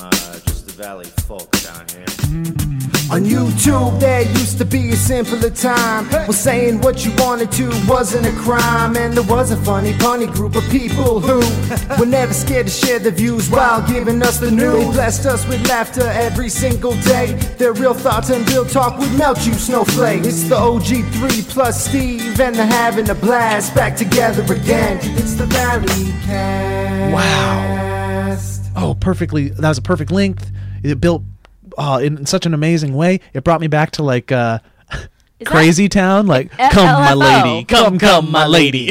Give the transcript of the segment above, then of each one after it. uh, just the valley folk down here. On YouTube, there used to be a simpler time. Well, saying what you wanted to wasn't a crime. And there was a funny, funny group of people who were never scared to share their views while giving us the news. They blessed us with laughter every single day. Their real thoughts and real talk would melt you, snowflake. It's the OG3 plus Steve, and they're having a blast back together again. It's the Valley Cast. Wow. oh, perfectly. That was a perfect length. It built oh, in, in such an amazing way. It brought me back to like uh, Is that- Crazy Town. Like, come, my LFO. lady, come, come, my lady.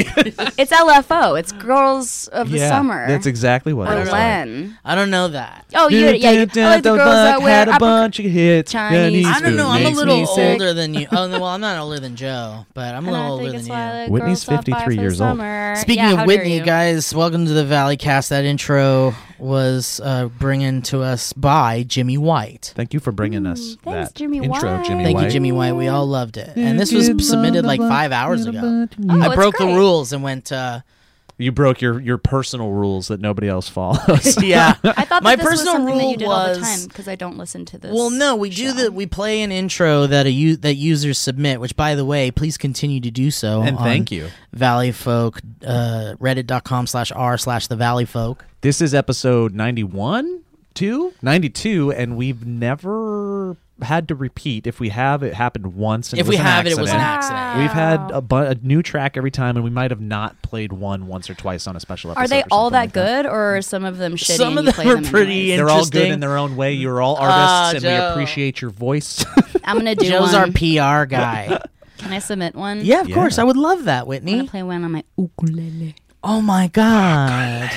It's LFO. It's Girls of the Summer. that's exactly what. Or it was like. Len. I don't know that. Oh, you, yeah. You, I like the girls that wear had a upper- bunch of hits. Chinese I don't Food know. I'm a makes little me sick. older than you. Oh, no, well, I'm not older than Joe, but I'm a And little I older think than it's you. why the Whitney's girls stop by 53 for the years old. summer. Speaking Yeah, of how dare Whitney, you. guys, welcome to the Valley Cast. That intro was uh, bringing to us by Jimmy White. Thank you for bringing us thanks, that Jimmy intro, of Jimmy White. Thank White. you, Jimmy White. We all loved it, and this was submitted like five hours ago. Oh, I it's broke the great. rules and went. Uh, You broke your your personal rules that nobody else follows. yeah, I thought my that this personal was something that rule you did all the was- time because I don't listen to this. Well, no, we do that. We play an intro that a u- that users submit, which, by the way, please continue to do so. And on thank you. Valley Folk, uh, Reddit.com slash r slash the Valley Folk. This is episode 91, 2, 92, and we've never had to repeat. If we have, it happened once. And If was we an have it, it was an accident. accident. We've had a, bu- a new track every time, and we might have not played one once or twice on a special episode. Are they or all something that like good, or are some of them shitty? Some and you of them play are them pretty anyways? They're all good Interesting. in their own way. You're all Ah, artists, and Joe. we appreciate your voice. I'm gonna do Joe's our one. PR guy. Can I submit one? yeah, of Yeah. course. I would love that, I'm gonna Whitney. play one on my ukulele. Oh my god,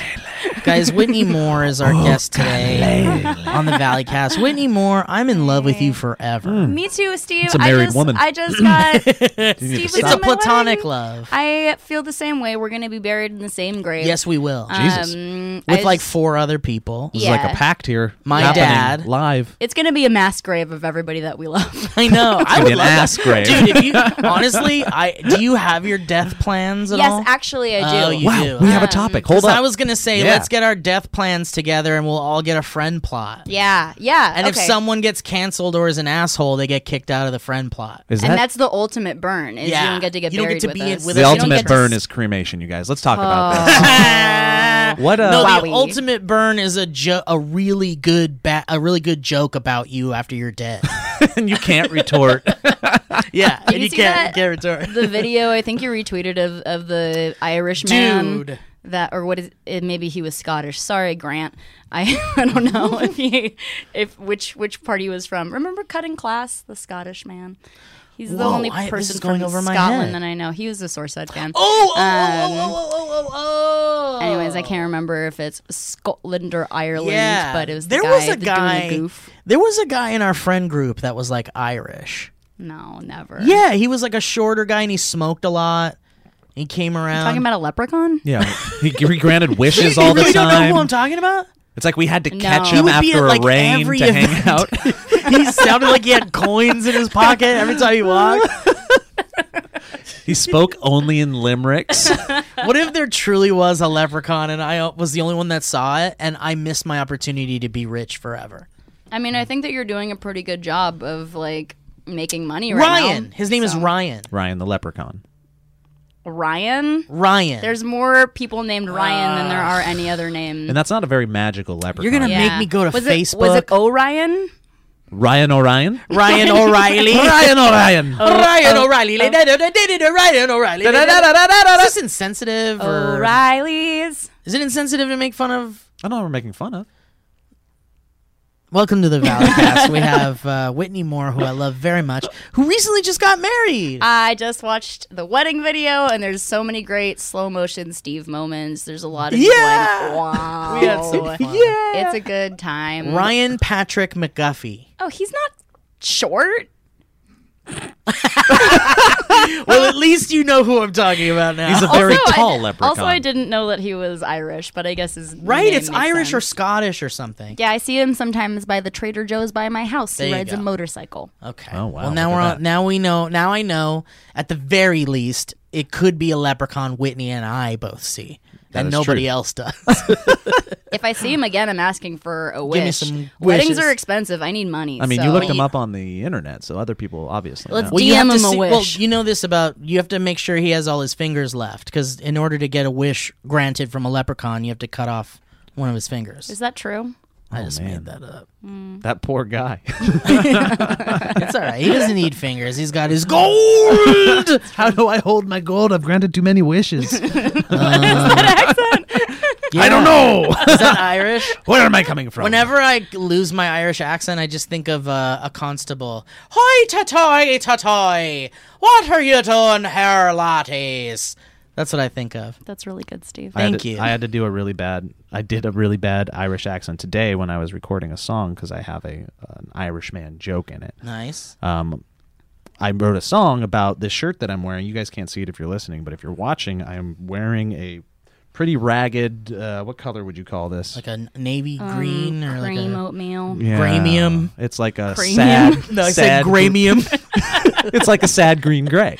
guys! Whitney Moore is our guest today on the Valley Cast. Whitney Moore, I'm in love with Mm. you forever. Me too, Steve. It's a married I just, woman. I just got. Steve was It's a at my platonic wedding. love. I feel the same way. We're gonna be buried in the same grave. yes, we will. Jesus. Um, with I like just- four other people. This is like Yeah. a pact here. My happening dad- live. It's gonna be a mass grave of everybody that we love. I know. I gonna would be an love ass that. grave. dude. If you honestly, I do you have your death plans at all? yes, actually, I Oh, do. you Wow, do. we have a topic. 'Cause Hold up. I was gonna say, Yeah. let's get our death plans together, and we'll all get a friend plot. Yeah, yeah. And okay. if someone gets canceled or is an asshole, they get kicked out of the friend plot. is and that that's the ultimate burn. Is Yeah. you don't get to get You don't get buried to with be in- us. with the us. You don't ultimate get to burn s- Oh. is cremation, you guys. Let's talk about this. What uh, no, the Wowie. ultimate burn is a jo- a really good ba- a really good joke about you after you're dead. and you can't retort. yeah, Did and you you see can't that? get returned. the video I think you retweeted of, of the Irish Dude. man that or what is it, maybe he was Scottish. Sorry, Grant. I I don't know if he if which which party he was from. Remember cutting class, the Scottish man. He's the Whoa, only I- this person is going from over my head. Scotland that I know. He was a Sourcehead fan. Oh, oh, oh, Um, oh, oh, oh, oh, oh. Anyways, I can't remember if it's Scotland or Ireland, but it was the there guy, was a the guy. doing a goof. There was a guy in our friend group that was like Irish. No, never. Yeah, he was like a shorter guy and he smoked a lot. He came around. Talking about a leprechaun? yeah, he, he granted wishes you all really the don't know who I'm time. talking about? It's like we had to catch him No. He would be after at, like, a rain every to event. hang out. he sounded like he had coins in his pocket every time he walked. he spoke only in limericks. What if there truly was a leprechaun and I uh, was the only one that saw it and I missed my opportunity to be rich forever? I mean, I think that you're doing a pretty good job of like making money right Ryan. now. His name is So- Ryan. Ryan the leprechaun. Ryan. Ryan. There's more people named Ryan than there are any other names. And that's not a very magical leprechaun. You're gonna make me go to was Facebook. It, was it Orion? Ryan O'Ryan? Ryan O'Reilly. Ryan O'Ryan. Oh, Ryan O'Reilly. Ryan O'Reilly. Is this insensitive? or- O'Reilly's. Is it insensitive to make fun of? I don't know what we're making fun of. Welcome to the Valley Cast. We have uh, Whitney Moore, who I love very much, who recently just got married. I just watched the wedding video, and there's so many great slow motion Steve moments. There's a lot of you Yeah. going, wow. We had some fun. Yeah. It's a good time. Ryan Patrick McGuffey. Oh, he's not short. Well, at least you know who I'm talking about now. He's a very also, tall I, di- leprechaun. Also, I didn't know that he was Irish, but I guess his right? name It's makes Irish or sense. Scottish or something. yeah. I see him sometimes by the Trader Joe's by my house. There he you rides a go. motorcycle. Okay. Oh, wow, Well, now look we're at on, that. now we know. Now I know. At the very least, it could be a leprechaun. Whitney and I both see. and is nobody true. else does. If I see him again, I'm asking for a wish. me some Weddings wishes. are expensive. I need money. I mean, you so- looked them up on the internet, so other people obviously. Let's know. do- you have DM to him a see- wish. Well, you know this about you have to make sure he has all his fingers left because in order to get a wish granted from a leprechaun, you have to cut off one of his fingers. Is that true? I just Oh, man. made that up. that poor guy. It's all right. He doesn't need fingers. He's got his gold. How do I hold my gold? I've granted too many wishes. I don't know. Is that Irish? Where am I coming from? Whenever I lose my Irish accent, I just think of uh, a constable. Hoi tatoy tatoy. What are you doing here, latties? That's what I think of. That's really good, Steve. I had Thank to- you. I had to do a really bad. I did a really bad Irish accent today when I was recording a song because I have a an Irishman joke in it. Nice. Um, I wrote a song about this shirt that I'm wearing. You guys can't see it if you're listening, but if you're watching, I am wearing a pretty ragged. Uh, what color would you call this? Like a n- navy green or like um, Cream a oatmeal. Yeah. gramium. It's like a Cranium. sad. no, I said sad gr- gramium. it's like a sad green gray.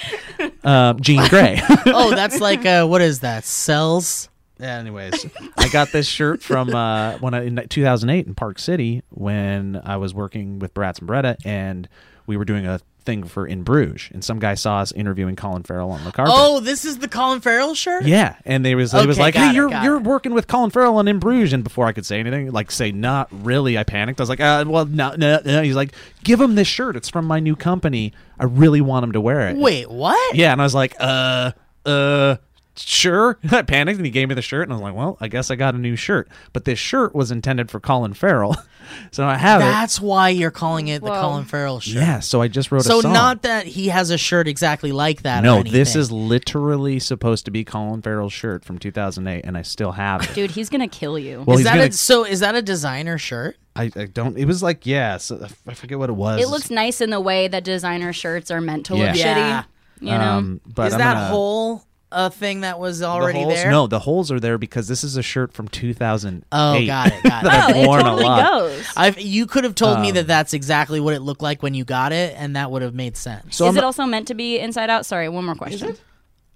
Um, Jean Gray. oh, that's like uh, what is that? Cells. Yeah, anyways, I got this shirt from uh, when I, in 2008 in Park City when I was working with Bratz and Bretta, and we were doing a thing for In Bruges, and some guy saw us interviewing Colin Farrell on the carpet. Oh, this is the Colin Farrell shirt. Yeah, and they was they was Okay, like, got "Hey, it, you're got you're it." working with Colin Farrell on In Bruges," and before I could say anything, like say not really, I panicked. I was like, uh, "Well, no, no, no." He's like, "Give him this shirt. It's from my new company. I really want him to wear it." Wait, what? Yeah, and I was like, uh, uh, sure. I panicked, and he gave me the shirt, and I was like, well, I guess I got a new shirt. But this shirt was intended for Colin Farrell, so I have That's why you're calling it the Whoa. Colin Farrell shirt. it. Yeah, so I just wrote So a song. not that he has a shirt exactly like that. or no, this anything. is literally supposed to be Colin Farrell's shirt from 2008, and I still have it. Dude, he's gonna kill you. Well, is he's that gonna. a, so? Is that a designer shirt? I, I don't. It was like yeah. So I forget what it was. it looks nice in the way that designer shirts are meant to Yeah. look Yeah. shitty. You know, Um, but is I'm that gonna- whole uh, thing that was the already holes- there? No, the holes are there because this is a shirt from 2008. Oh, got it. Got it. that I've oh, it worn totally a lot. goes. I've, you could have told me Um, that that's exactly what it looked like when you got it, and that would have made sense. So is I'm- it also meant to be inside out? Sorry, one more question.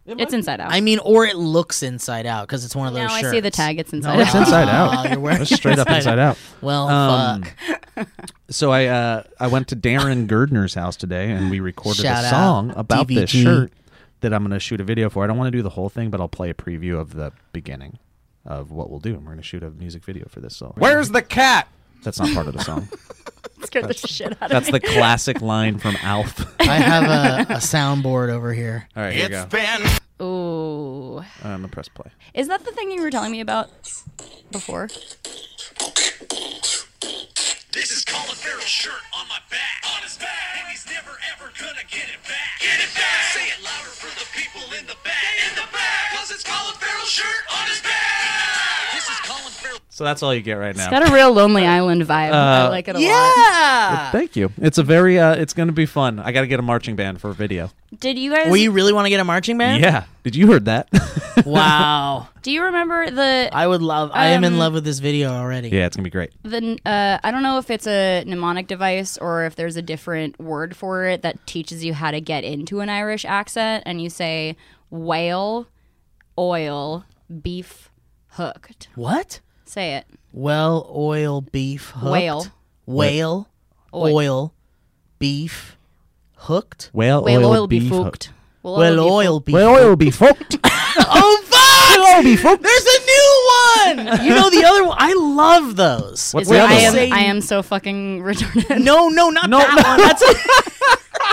it's inside out. I mean, or it looks inside out because it's one of no, those. I shirts. see the tag. It's inside No, out. it's inside Oh, out. you're wearing It's straight up inside out. Well, Um, fuck. So I uh, I went to Darren Gardner's house today, and we recorded Shout a out, song about this DVG. shirt that I'm going to shoot a video for. I don't want to do the whole thing, but I'll play a preview of the beginning of what we'll do, and we're going to shoot a music video for this song. Where's the cat? That's not part of the song. scared the shit out of That's the classic line from Alf. All I have a, a soundboard over here. right, here you go. me. Ooh, I'm going to press play. is that the thing you were telling me about before? This is Colin Farrell's shirt on my back. On his back. And he's never ever gonna get it back. Get it back. Say it louder for the people in the back. In the back. Cause it's Colin Farrell's shirt on his back. This is Colin Farrell. So that's all you get right now. It's got a real Lonely Island vibe. Uh, I like it a lot. Yeah. Thank you. It's a very. Uh, it's going to be fun. I got to get a marching band for a video. Did you guys? Well, you really want to get a marching band? Yeah. Did you heard that? Wow. do you remember the I would love. I am in Um, love with this video already. yeah, it's going to be great. the uh, I don't know if it's a mnemonic device or if there's a different word for it that teaches you how to get into an Irish accent, and you say whale, oil, beef, hooked. What? Say it. Well, oil, beef, hooked. Whale. Whale, Oi. oil, beef, hooked. Whale, Whale, oil, oil, beef beef, hook. hooked. Well, beef oil, beef. Whale, oil, beef hooked. Oh fuck! There's a new one. You know the other one. I love those. What's It's the like other I one? you am, say- I am so fucking retarded. No, no, not that one. That's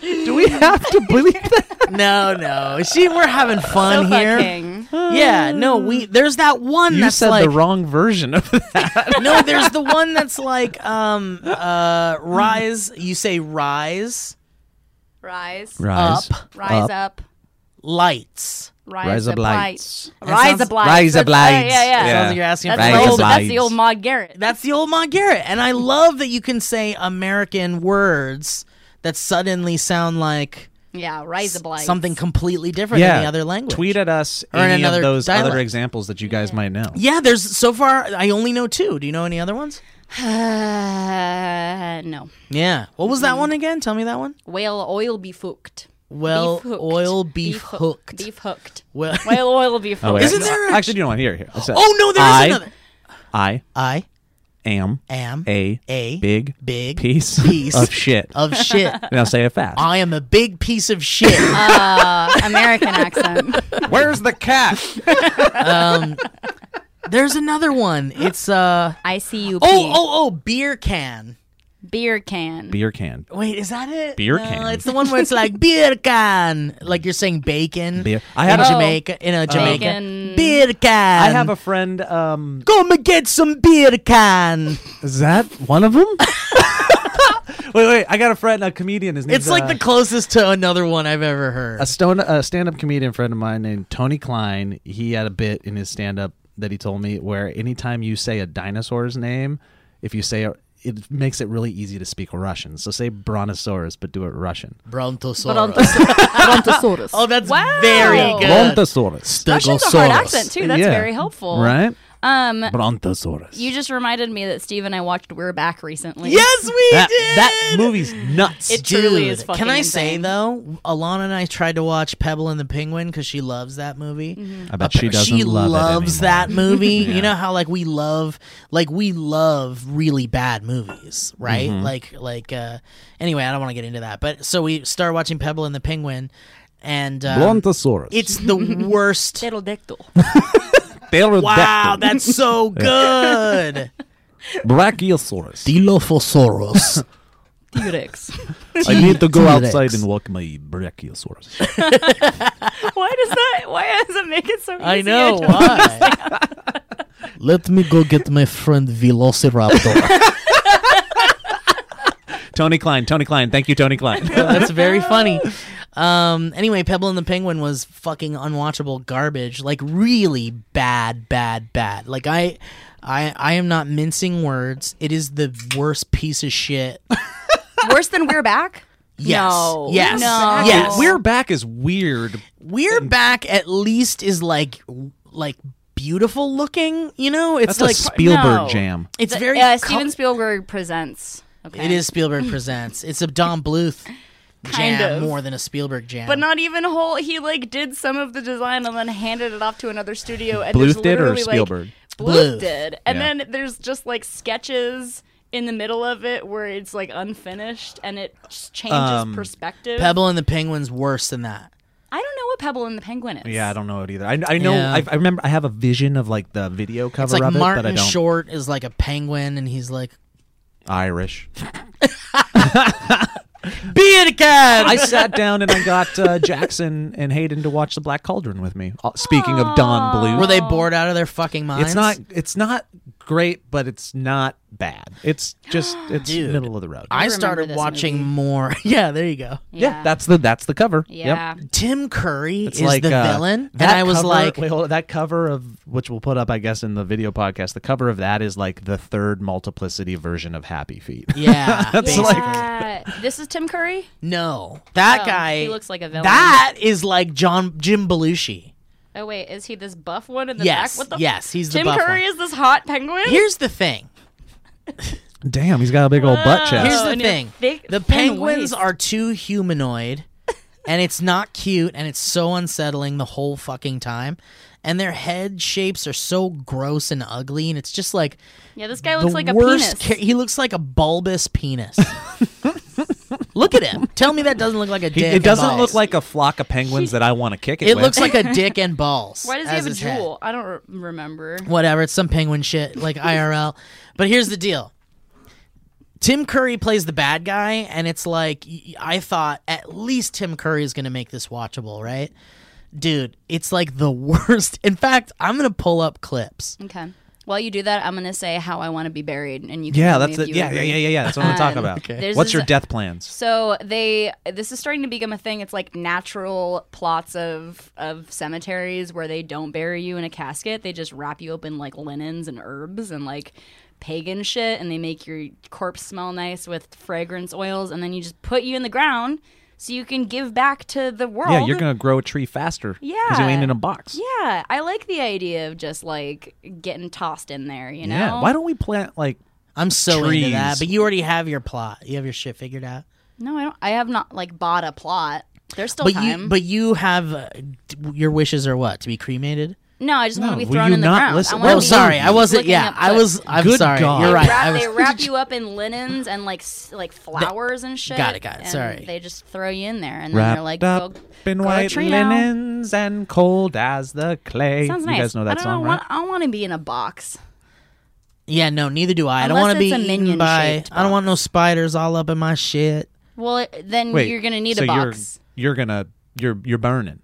Do we have to believe that? no, no. See, we're having So fun here. fucking. Yeah, no, we. There's that one You that's said like the wrong version of that. no. There's the one that's like um uh rise. You say rise, Rise. Rise Up. Rise up. lights. Rise, Rise up up lights. lights. Rise sounds- up lights. Rise up That's- yeah, lights. Yeah, yeah. Yeah. Sounds like you're asking That's, for Rise the help. old, up that's the lights. old Maud Garrett. That's the old Mont Garrett. And I love that you can say American words that suddenly sound like Yeah, rise up lights. something completely different than the other language. Tweet at us Or in any of another those other dialect. examples that you guys might know. Yeah, there's so far I only know two. Do you know any other ones? Uh, no. Mm. Yeah. What was that one again? Tell me that one. Whale oil be fucked. well hooked. oil beef, hook- hooked. Beef hooked. Well, Whale oil beef hooked. Oh, wait. Isn't there a- Actually, you know what? Here, here. It says, oh no, there is I, another. I I am am a a big big piece, piece of shit. of shit. now say it fast. I am a big piece of shit. American accent. Where's the cat? There's another one. It's uh I see you. oh oh oh beer can. Beer can. Beer can. Wait, is that it? Beer No, can. It's the one where it's like beer can, like you're saying bacon. Beer- I in have a- Jamaica in a Jamaica Bacon. beer can. I have a friend. Um, come and get some beer can. is that one of them? wait, wait. I got a friend, a comedian. His uh, name. It's like the closest to another one I've ever heard. a stone a stand-up comedian friend of mine named tony klein he had a bit in his stand-up that he told me where anytime you say a dinosaur's name if you say it, it makes it really easy to speak russian so say brontosaurus but do it russian Brontosaurus. Brontosaurus. Oh, that's Wow. very good. brontosaurus Russian's a hard Stegosaurus. accent too. That's Yeah. very helpful. right Um, brontosaurus you just reminded me that Steve and I watched We're Back recently. Yes, we that, did. that movie's nuts It truly is Dude, fucking Can I say insane. though, Alana and I tried to watch Pebble and the Penguin because she loves that movie. Mm-hmm. I bet she doesn't she love it loves anymore. that movie. You know how like we love, like we love really bad movies, right? Mm-hmm. Like, like. uh Anyway, I don't want to get into that, but so we start watching Pebble and the Penguin, and um, brontosaurus it's the worst. pterodactyl wow, that's so good. brachiosaurus Dilophosaurus. T-Rex. i need to go T-Rex. outside and walk my brachiosaurus why does that? Why does it make it so? Easy? I know why. Let me go get my friend Velociraptor. tony klein tony klein thank you tony klein That's very funny. Um, anyway, Pebble and the Penguin was fucking unwatchable garbage. Like really bad, bad, bad. Like I, I, I am not mincing words. It is the worst piece of shit. Worse than We're Back. Yes. No. Yes. No. Yes. We're back is weird. We're back. At least is like, like beautiful looking. You know, it's That's like a Spielberg no. jam. it's The- very. uh, co- Steven Spielberg presents. Okay. It is Spielberg presents. It's a Don Bluth Kind jam of. more than a Spielberg jam. But not even whole. He like did some of the design and then handed it off to another studio. And Bluth there's did or literally, like- Spielberg? Bluth, Bluth. did, and Yeah. then there's just like sketches in the middle of it where it's like unfinished and it just changes perspective. Um, Pebble and the Penguin's worse than that. I don't know what Pebble and the Penguin is. Yeah, I don't know it either. I, I know. Yeah. I, I remember. I have a vision of like the video cover It's like of it, Martin but I don't. Short is like a penguin, and he's like, Irish. "Be it again." I sat down and I got uh, Jackson and Hayden to watch the Black Cauldron with me. Uh, speaking of Don Bluth, Were they bored out of their fucking minds? It's not. It's not great, but it's not bad. It's just. It's Dude. middle of the road. I remember started this watching more. yeah, there you go. yeah. that's the that's the cover. Yep. yeah. Tim Curry It's is like the uh, villain, and that I was cover- like, wait, hold on, that cover of which we'll put up, I guess, in the video podcast. The cover of that is like the third multiplicity version of Happy Feet. "Yeah, That's basically. like- Yeah. this is Tim Curry. no, that Oh, guy. he looks like a villain. That is like John Jim Belushi." Oh wait, is he this buff one in the Yes, back? What the yes, he's the Tim buff Curry one. is this hot penguin. Here's the thing. Damn, he's got a big old butt chest. Here's the Oh, and you're thing: thick- the thin penguins waist. are too humanoid, and it's not cute, and it's so unsettling the whole fucking time. And their head shapes are so gross and ugly, and it's just like yeah, this guy looks the like a penis. worst. ca- he looks like a bulbous penis. look at him. Tell me that doesn't look like a He- dick. it and doesn't balls. look like a flock of penguins that I want to kick it. It with. looks like a dick and balls. Why does he as have a his head. jewel? I don't re- remember. whatever. It's some penguin shit, like IRL. But here's the deal. Tim Curry plays the bad guy, and it's like y- I thought at least Tim Curry is gonna make this watchable, right? Dude, it's like the worst. In fact, I'm gonna pull up clips. Okay. While you do that, I'm gonna say how I want to be buried, and you. Can yeah, tell me that's it. if you Yeah, yeah, agree. yeah, yeah, yeah. That's what I'm talking Um, about. okay. there's What's this- your death plans? So they this is starting to become a thing. It's like natural plots of of cemeteries where they don't bury you in a casket. They just wrap you up in like linens and herbs and like pagan shit and they make your corpse smell nice with fragrance oils and then you just put you in the ground so you can give back to the world. Yeah, you're gonna grow a tree faster. because you ain't Yeah. in a box. Yeah, I like the idea of just like getting tossed in there, you know. Yeah, Why don't we plant like? I'm so into Trees. that, but you already have your plot. You have your shit figured out. No, I don't I have not like bought a plot. There's still But time. you, but you have uh, d- your wishes are what to be cremated. no, I just No, want to be will thrown you in the not ground. listen- I Well, wanna Oh, be sorry, I wasn't. looking Yeah, at I put- was. I'm Good sorry. God. You're They right. wrap- I was- they wrap you up in linens and like s- like flowers and shit. Got it, got it, and sorry. They just throw you in there, and then Wrapped they're like, up go, in go to white Trino. linens and cold as the clay. Sounds you nice. guys know I that don't song, know, right? I want to be in a box. yeah, no, neither do I. I don't Unless want to be it's a eaten minion by. shaped I don't want no spiders all up in my shit. Well, it- then you're gonna need so a box. You're, you're gonna you're you're burning.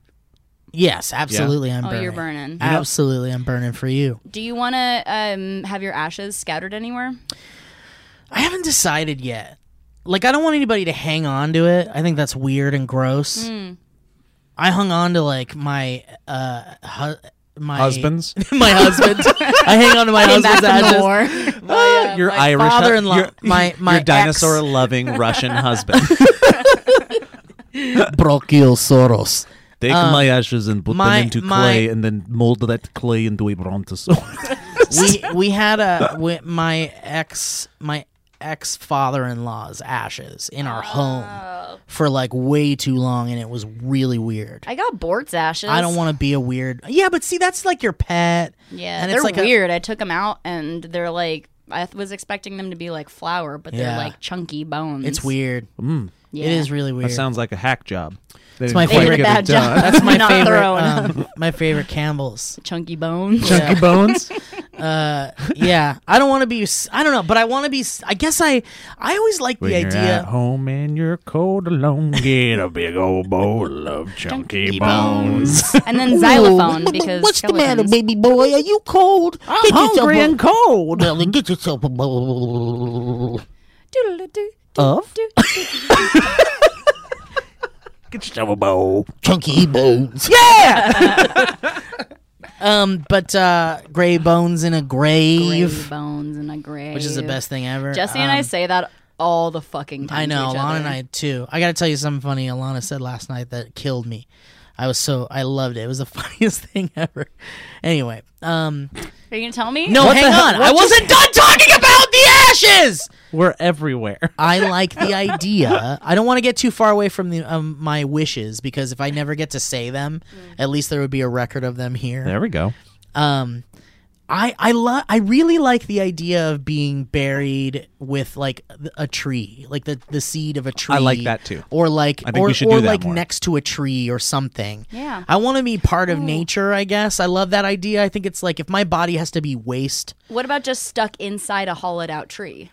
Yes, absolutely. I'm Oh, burning. you're burning. Absolutely, I'm burning for you. Do you want to um, have your ashes scattered anywhere? I haven't decided yet. Like, I don't want anybody to hang on to it. I think that's weird and gross. Hmm. I hung on to like my uh, hu- my Husbands, my husband. I hang on to my Back husband's from the ashes. war. uh, your Irish hu- father-in-law, your- my- my your ex. dinosaur loving Russian husband. Brachiosaurus. Take my ashes and put Um, my- them into my- clay, and then mold that clay into a brontosaurus. we we had a we, my ex my ex father in law's ashes in Oh. our home for like way too long, and it was really weird. I got Bort's ashes. I don't want to be a weird. Yeah, but see, that's like your pet. Yeah, and they're it's like a- weird. I took them out, and they're like. I was expecting them to be like flour, but they're Yeah. like chunky bones. it's weird. Yeah. It is really weird. that sounds like a hack job. It's my They did Get a it bad job. That's my Not favorite. thrown. um, my favorite Campbell's. chunky bones. Chunky bones. Yeah, I don't want to be. s- I don't know, but I want to be. s- I guess I. I always like When the you're at idea. home and you're cold alone, get a big old bowl of chunky bones. and then Ooh, xylophone what the- because what's the matter, skeletons. baby boy? Are you cold? I'm hungry and cold. Well, then get yourself a bowl of Get yourself a bowl. chunky bones. Yeah. um, but uh, gray bones in a Gray grave, bones in a grave. which is the best thing ever. Jesse and I Um, say that all the fucking time. I to know each Alana other. and I too. I got to tell you something funny. Alana said last night that killed me. I was so I loved it. It was the funniest thing ever. Anyway, um, Are you gonna tell me? no, hang on. I wasn't done talking about the ashes. We're everywhere. I like the idea. I don't want to get too far away from the um, my wishes because if I never get to say them, Mm. at least there would be a record of them here. There we go. Um, I I love I really like the idea of being buried with like th- a tree, like the the seed of a tree. I like that, too. Or like I think or, we should or do that like more. next to a tree or something. Yeah. I want to be part of nature. I guess I love that idea. I think it's like if my body has to be waste. What about just stuck inside a hollowed out tree,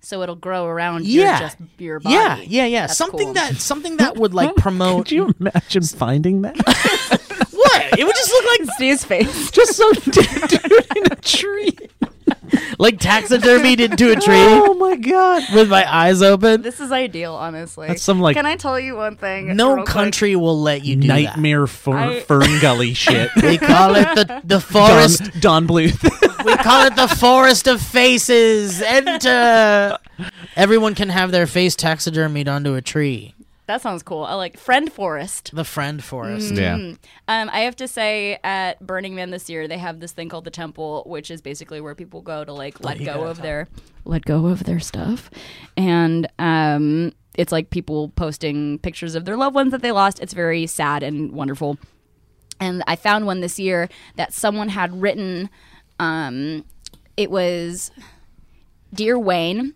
so it'll grow around your Yeah. just your body? Yeah, yeah, yeah. That's something cool. that something that would like promote. Could you imagine finding that? What? It would just look like Steve's face. Just some dude in a tree. like taxidermied into a tree Oh my god. with my eyes open. This is ideal, honestly. That's some, like- Can I tell you one thing? No real quick? country will let you do Nightmare fern, I- fern gully shit. that. They call it the Don, the forest. Don Bluth. We call it the forest of faces. Enter. Everyone can have their face taxidermied onto a tree. That sounds cool. I like friend forest. The friend forest. yeah. Um, I have to say, at Burning Man this year, they have this thing called the Temple, which is basically where people go to like let go of their let go of their stuff, and um, it's like people posting pictures of their loved ones that they lost. It's very sad and wonderful. And I found one this year that someone had written. Um, it was, dear Wayne.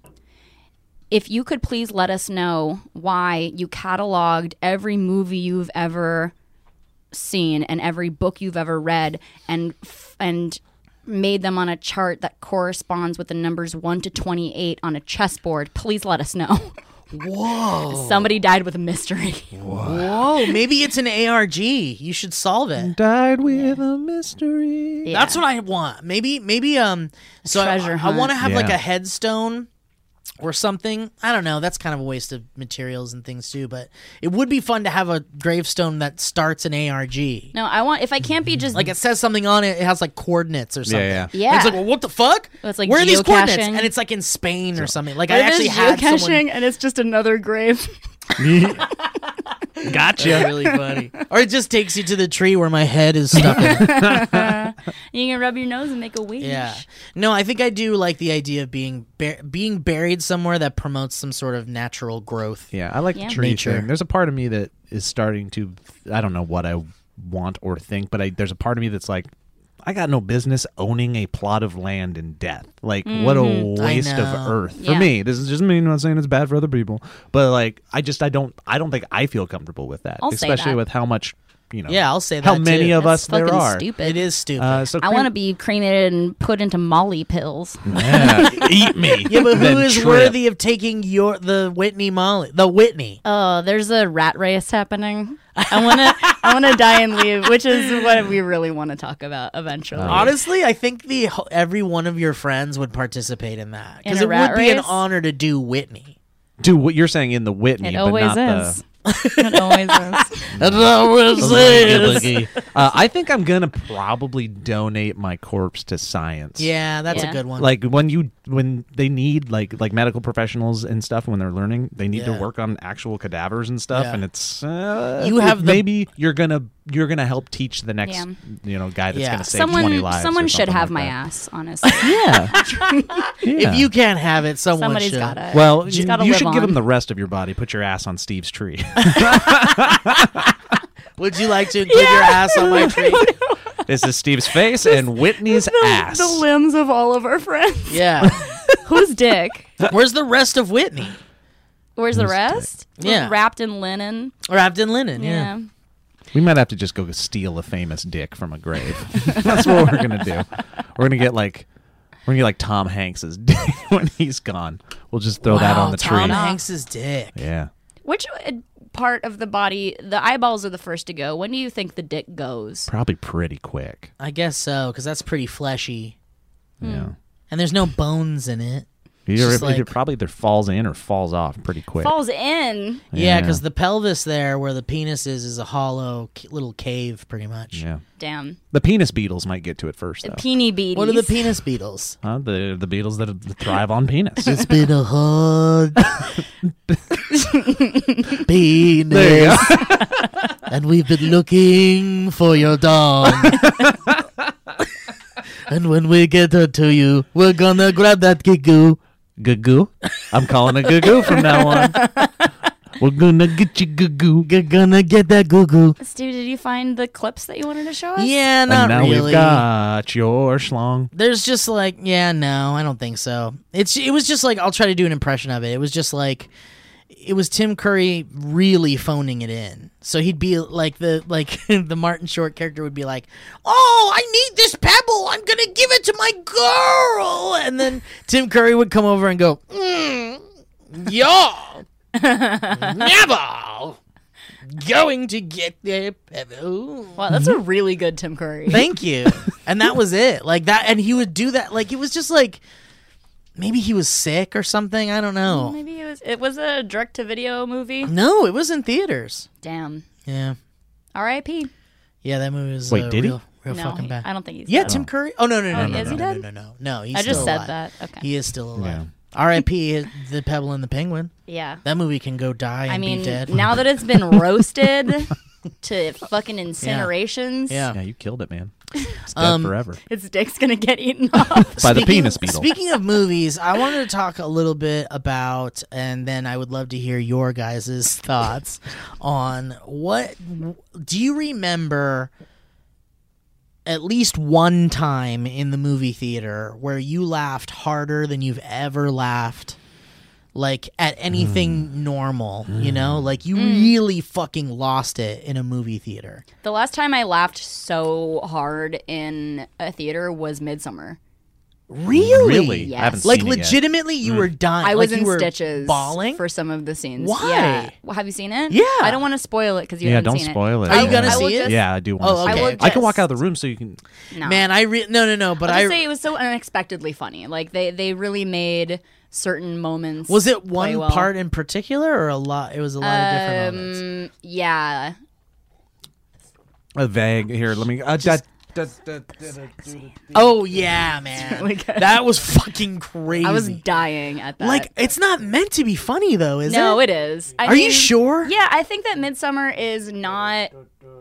If you could please let us know why you cataloged every movie you've ever seen and every book you've ever read and f- and made them on a chart that corresponds with the numbers 1 to 28 on a chessboard please let us know whoa somebody died with a mystery Whoa, Oh, maybe it's an ARG. You should solve it. Died with a mystery. Yeah. That's what I want. Maybe, maybe, um, so I, treasure I want to hunt. have like Yeah. a headstone or something. I don't know. That's kind of a waste of materials and things too, but it would be fun to have a gravestone that starts an ARG. no i want if i can't be just Like it says something on it. It has like coordinates or something. yeah. Yeah. it's like, well, what the fuck? It's like where are these coordinates? geocaching. And it's like in Spain or something. Like I It is actually had geocaching someone. and it's just another grave Gotcha. really funny. Or it just takes you to the tree where my head is stuck in. You can rub your nose and make a wish. Yeah. No, I think I do like the idea of being bur- being buried somewhere that promotes some sort of natural growth. Yeah, I like Yeah. the tree Nature. thing. There's a part of me that is starting to. I don't know what I want or think, but I, there's a part of me that's like, I got no business owning a plot of land in death. Like, what a I waste know. of earth for Mm-hmm. Yeah. me. This is just me. Not saying it's bad for other people, but like, I just I don't I don't think I feel comfortable with that, I'll say especially that. with how much you know. Yeah, I'll say how that, many too. of That's us there fucking are. stupid. It is stupid. Uh, so I want to be cremated and put into Molly pills. Mm. yeah, eat me. yeah, but then who is trip. worthy of taking your the Whitney Molly? The Whitney. Oh, there's a rat race happening. I wanna, I wanna die and leave, which is what we really want to talk about eventually. Honestly, I think the ho- every one of your friends would participate in that In because a it would rat be an race? honor to do Whitney. Do what you're saying in the Whitney, it but always not the. is. it always is. Uh, I think I'm gonna probably donate my corpse to science. Yeah, that's a Yeah. good one. Like when you when they need like like medical professionals and stuff when they're learning they need Yeah. to work on actual cadavers and stuff Yeah. and it's uh, You it- have the- maybe you're gonna you're gonna help teach the next Yeah. you know guy that's Yeah. gonna save twenty Someone, lives. or someone should something have my like that. ass. Honestly, Yeah. if you can't have it, someone somebody's should. got it. well, She's you, gotta you live should give on. him the rest of your body. Put your ass on Steve's tree. Would you like to include your ass on my tree? this is Steve's face and Whitney's ass. the limbs of all of our friends. yeah. Whose dick? Where's the rest of Whitney? Where's the rest? Yeah. wrapped in linen. Wrapped in linen. Yeah. Yeah. We might have to just go steal a famous dick from a grave. That's what we're gonna do. We're gonna get like we're gonna get like Tom Hanks's dick when he's gone. We'll just throw that Wow, on the Tom tree. Hanks's dick. Yeah. Which uh, part of the body? The eyeballs are the first to go. When do you think the dick goes? Probably pretty quick. I guess so, because that's pretty fleshy, Yeah. and there's no bones in it. Either, Hmm. just it like- probably either falls in or falls off pretty quick. Falls in. Yeah, Yeah. because the pelvis there, where the penis is, is a hollow c- little cave, pretty much. yeah. Damn. The penis beetles might get to it first though. Peony beaties. What are the penis beetles? huh? The the beetles that thrive on penis. It's been a hard penis, and we've been looking for your dong. and when we get her to you, we're gonna grab that gigoo. Goo goo. I'm calling it goo goo from now on. We're gonna get you goo goo. We're gonna get that goo goo. Steve, did you find the clips that you wanted to show us? Yeah, And not now really. we've got your schlong. There's just like, yeah, no, I don't think so. It's it was just like I'll try to do an impression of it. It was just like it was Tim Curry really phoning it in. So he'd be like the like the Martin Short character would be like, "Oh, I need this pebble. I'm gonna give it to my girl." And then Tim Curry would come over and go, mm, "Y'all, never going to get that pebble." Wow, that's a really good Tim Curry. Thank you. and that was it. Like that and he would do that like it was just like maybe he was sick or something, I don't know. Maybe it was. It was a direct to video movie. No, it was in theaters. Damn. Yeah. R.I.P. Yeah, that movie was Wait, uh, did he? real, real No, fucking he- bad. I don't think he's. yeah, dead. Tim Curry. Oh no, no, no, Oh, no, is no, he no, dead? no, no, no, no. He's I just still said alive. that. Okay. He is still alive. Yeah. R.I.P. the Pebble and the Penguin. yeah. That movie can go die and I be mean, dead. now that it's been roasted to fucking incinerations, yeah. Yeah, you killed it, man. It's dead Oh. Um, forever. its dick's gonna get eaten off. By the Speaking- penis beetle. Speaking of movies, I wanted to talk a little bit about, and then I would love to hear your guys' thoughts on what do you remember at least one time in the movie theater where you laughed harder than you've ever laughed? Like at anything Mm. normal, you know, like you Mm. really fucking lost it in a movie theater. the last time I laughed so hard in a theater was Midsummer. Really? really? yes. I haven't Like seen it yet. Mm. legitimately, you were dying. I was Like, in you were stitches, bawling for some of the scenes. Why? Yeah. Well, have you seen it? Yeah. I don't want to spoil it because you Yeah, haven't don't seen spoil it. Are you Yeah. gonna I will see it? just- Yeah, I do want Oh, to see okay. I it. will I can walk just- out of the room so you can. it. No. Man, I re- no no no, but I'll I just say it was so unexpectedly funny. Like they they really made certain moments. was it one play well. Um, part in particular or a lot? It was a lot of different moments. Mm, yeah. A vague. Here, let me. Uh, da- Oh yeah, man. really good. That was fucking crazy. I was dying at that. like, it's not meant to be funny though, is no, it? it is. I Are you mean, sure? Yeah, I think that Midsummer is not a,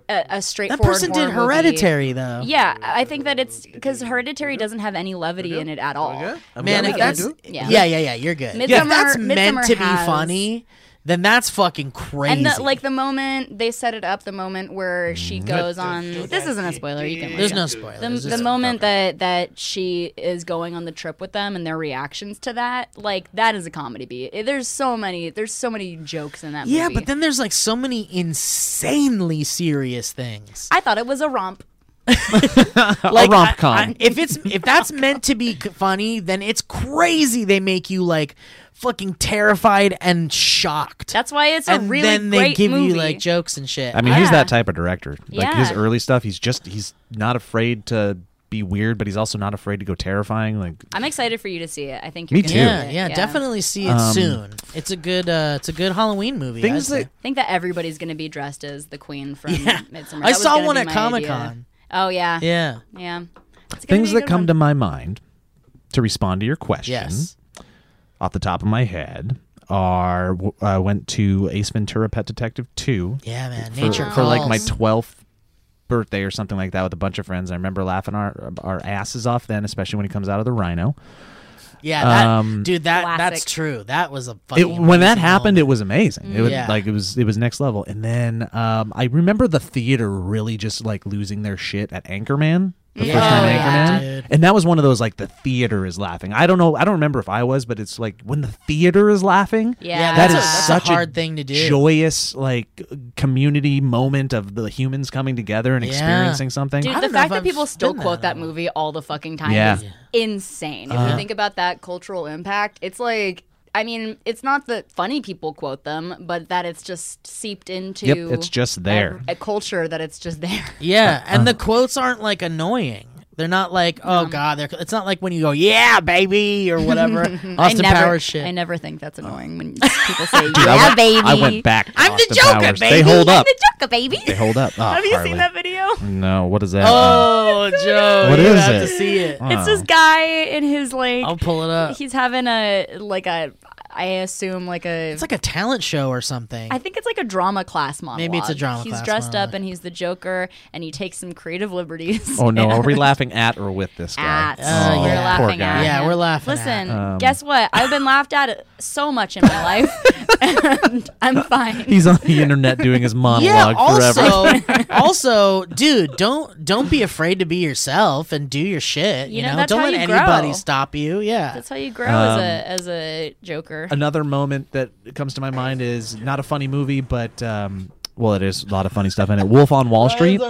a That straightforward. person did horror movie. Hereditary though. Yeah, I think that it's because Hereditary doesn't have any levity in it at all. Man, if that's yeah. Yeah. yeah, yeah, You're good. Midsommar- yeah, if that's meant Midsommar to be has- funny, then that's fucking crazy. And the, like the moment they set it up, the moment where she goes on. This isn't a spoiler. You can. look there's it no up. spoilers. The, It's the just- moment that that she is going on the trip with them and their reactions to that, like that is a comedy beat. It- There's so many. There's so many jokes in that. yeah, movie. but then there's like so many insanely serious things. I thought it was a romp. like I- rom-com. I- If it's if that's meant to be c- funny, then it's crazy they make you like fucking terrified and shocked. That's why it's a and really then they great give movie. you like jokes and shit. I mean, he's Yeah. that type of director. Like his Yeah. early stuff, he's just he's not afraid to be weird, but he's also not afraid to go terrifying. Like I'm excited for you to see it. I think Me you're too. gonna yeah, love it. yeah, definitely see it soon. It's a good uh it's a good Halloween movie. Um, things I'd say. that I think that everybody's going to be dressed as the queen from Midsummer. I saw one at Comic-Con. Oh yeah, yeah. Yeah. It's gonna things be a that good come one. to my mind to respond to your question Yes. off the top of my head are w- I went to Ace Ventura Pet Detective 2 Yeah, man. for, Nature for like my calls. 12th birthday or something like that with a bunch of friends. I remember laughing our our asses off then, especially when he comes out of the rhino. Yeah, that, Um, dude, that Classic. that's true. That was a It, fucking when that amazing happened, it moment. was amazing. It was Yeah. like it was it was next level. And then um, I remember the theater really just like losing their shit at Anchorman. The first time Oh, yeah, Anchorman. dude. And that was one of those like the theater is laughing. I don't know. I don't remember if I was, but it's like when the theater is laughing. Yeah, Yeah, that that's is a- that's such a hard thing to do. Joyous like community moment of the humans coming together and Yeah. experiencing something. Dude, I the don't know if fact that I've people still been quote that that movie all the fucking time Yeah. is insane. If Uh-huh. you think about that cultural impact, it's like I mean, it's not that funny people quote them, but that it's just seeped into Yep, it's just there. a, a culture that it's just there. Uh, Yeah, and the quotes aren't like annoying. They're not like, oh god, they're, it's not like when you go, yeah, baby, or whatever. I Austin never, Powers shit. I never think that's annoying when people say, Oh. Dude, I "Yeah, went, baby." I went back. to I'm the Austin Joker, Powers. baby. They hold I'm up. the Joker, baby. They hold up. Oh, Have you Harley. seen that video? No. What is that? Oh, Joe, What you Uh, is have it? to see it. It's Oh. this guy in his like. I'll pull it up. He's having a like a, I assume like a. It's like a talent show or something. I think it's like a drama class monologue. Maybe it's a drama He's class dressed monologue. up and he's the Joker, and he takes some creative liberties. Oh no, are we laughing at or with this guy? At Oh, we're yeah. Poor laughing guy. at. Yeah, him. we're laughing at Listen, him. Um, guess what? I've been laughed at so much in my life, and I'm fine. He's on the internet doing his monologue forever. also, also, dude, don't don't be afraid to be yourself and do your shit. You, You know, that's don't how let you anybody grow. stop you. Yeah, That's how you grow as a as a Joker. Another moment that comes to my mind is not a funny movie, but um, well, it is a lot of funny stuff in it. Wolf on Wall Street.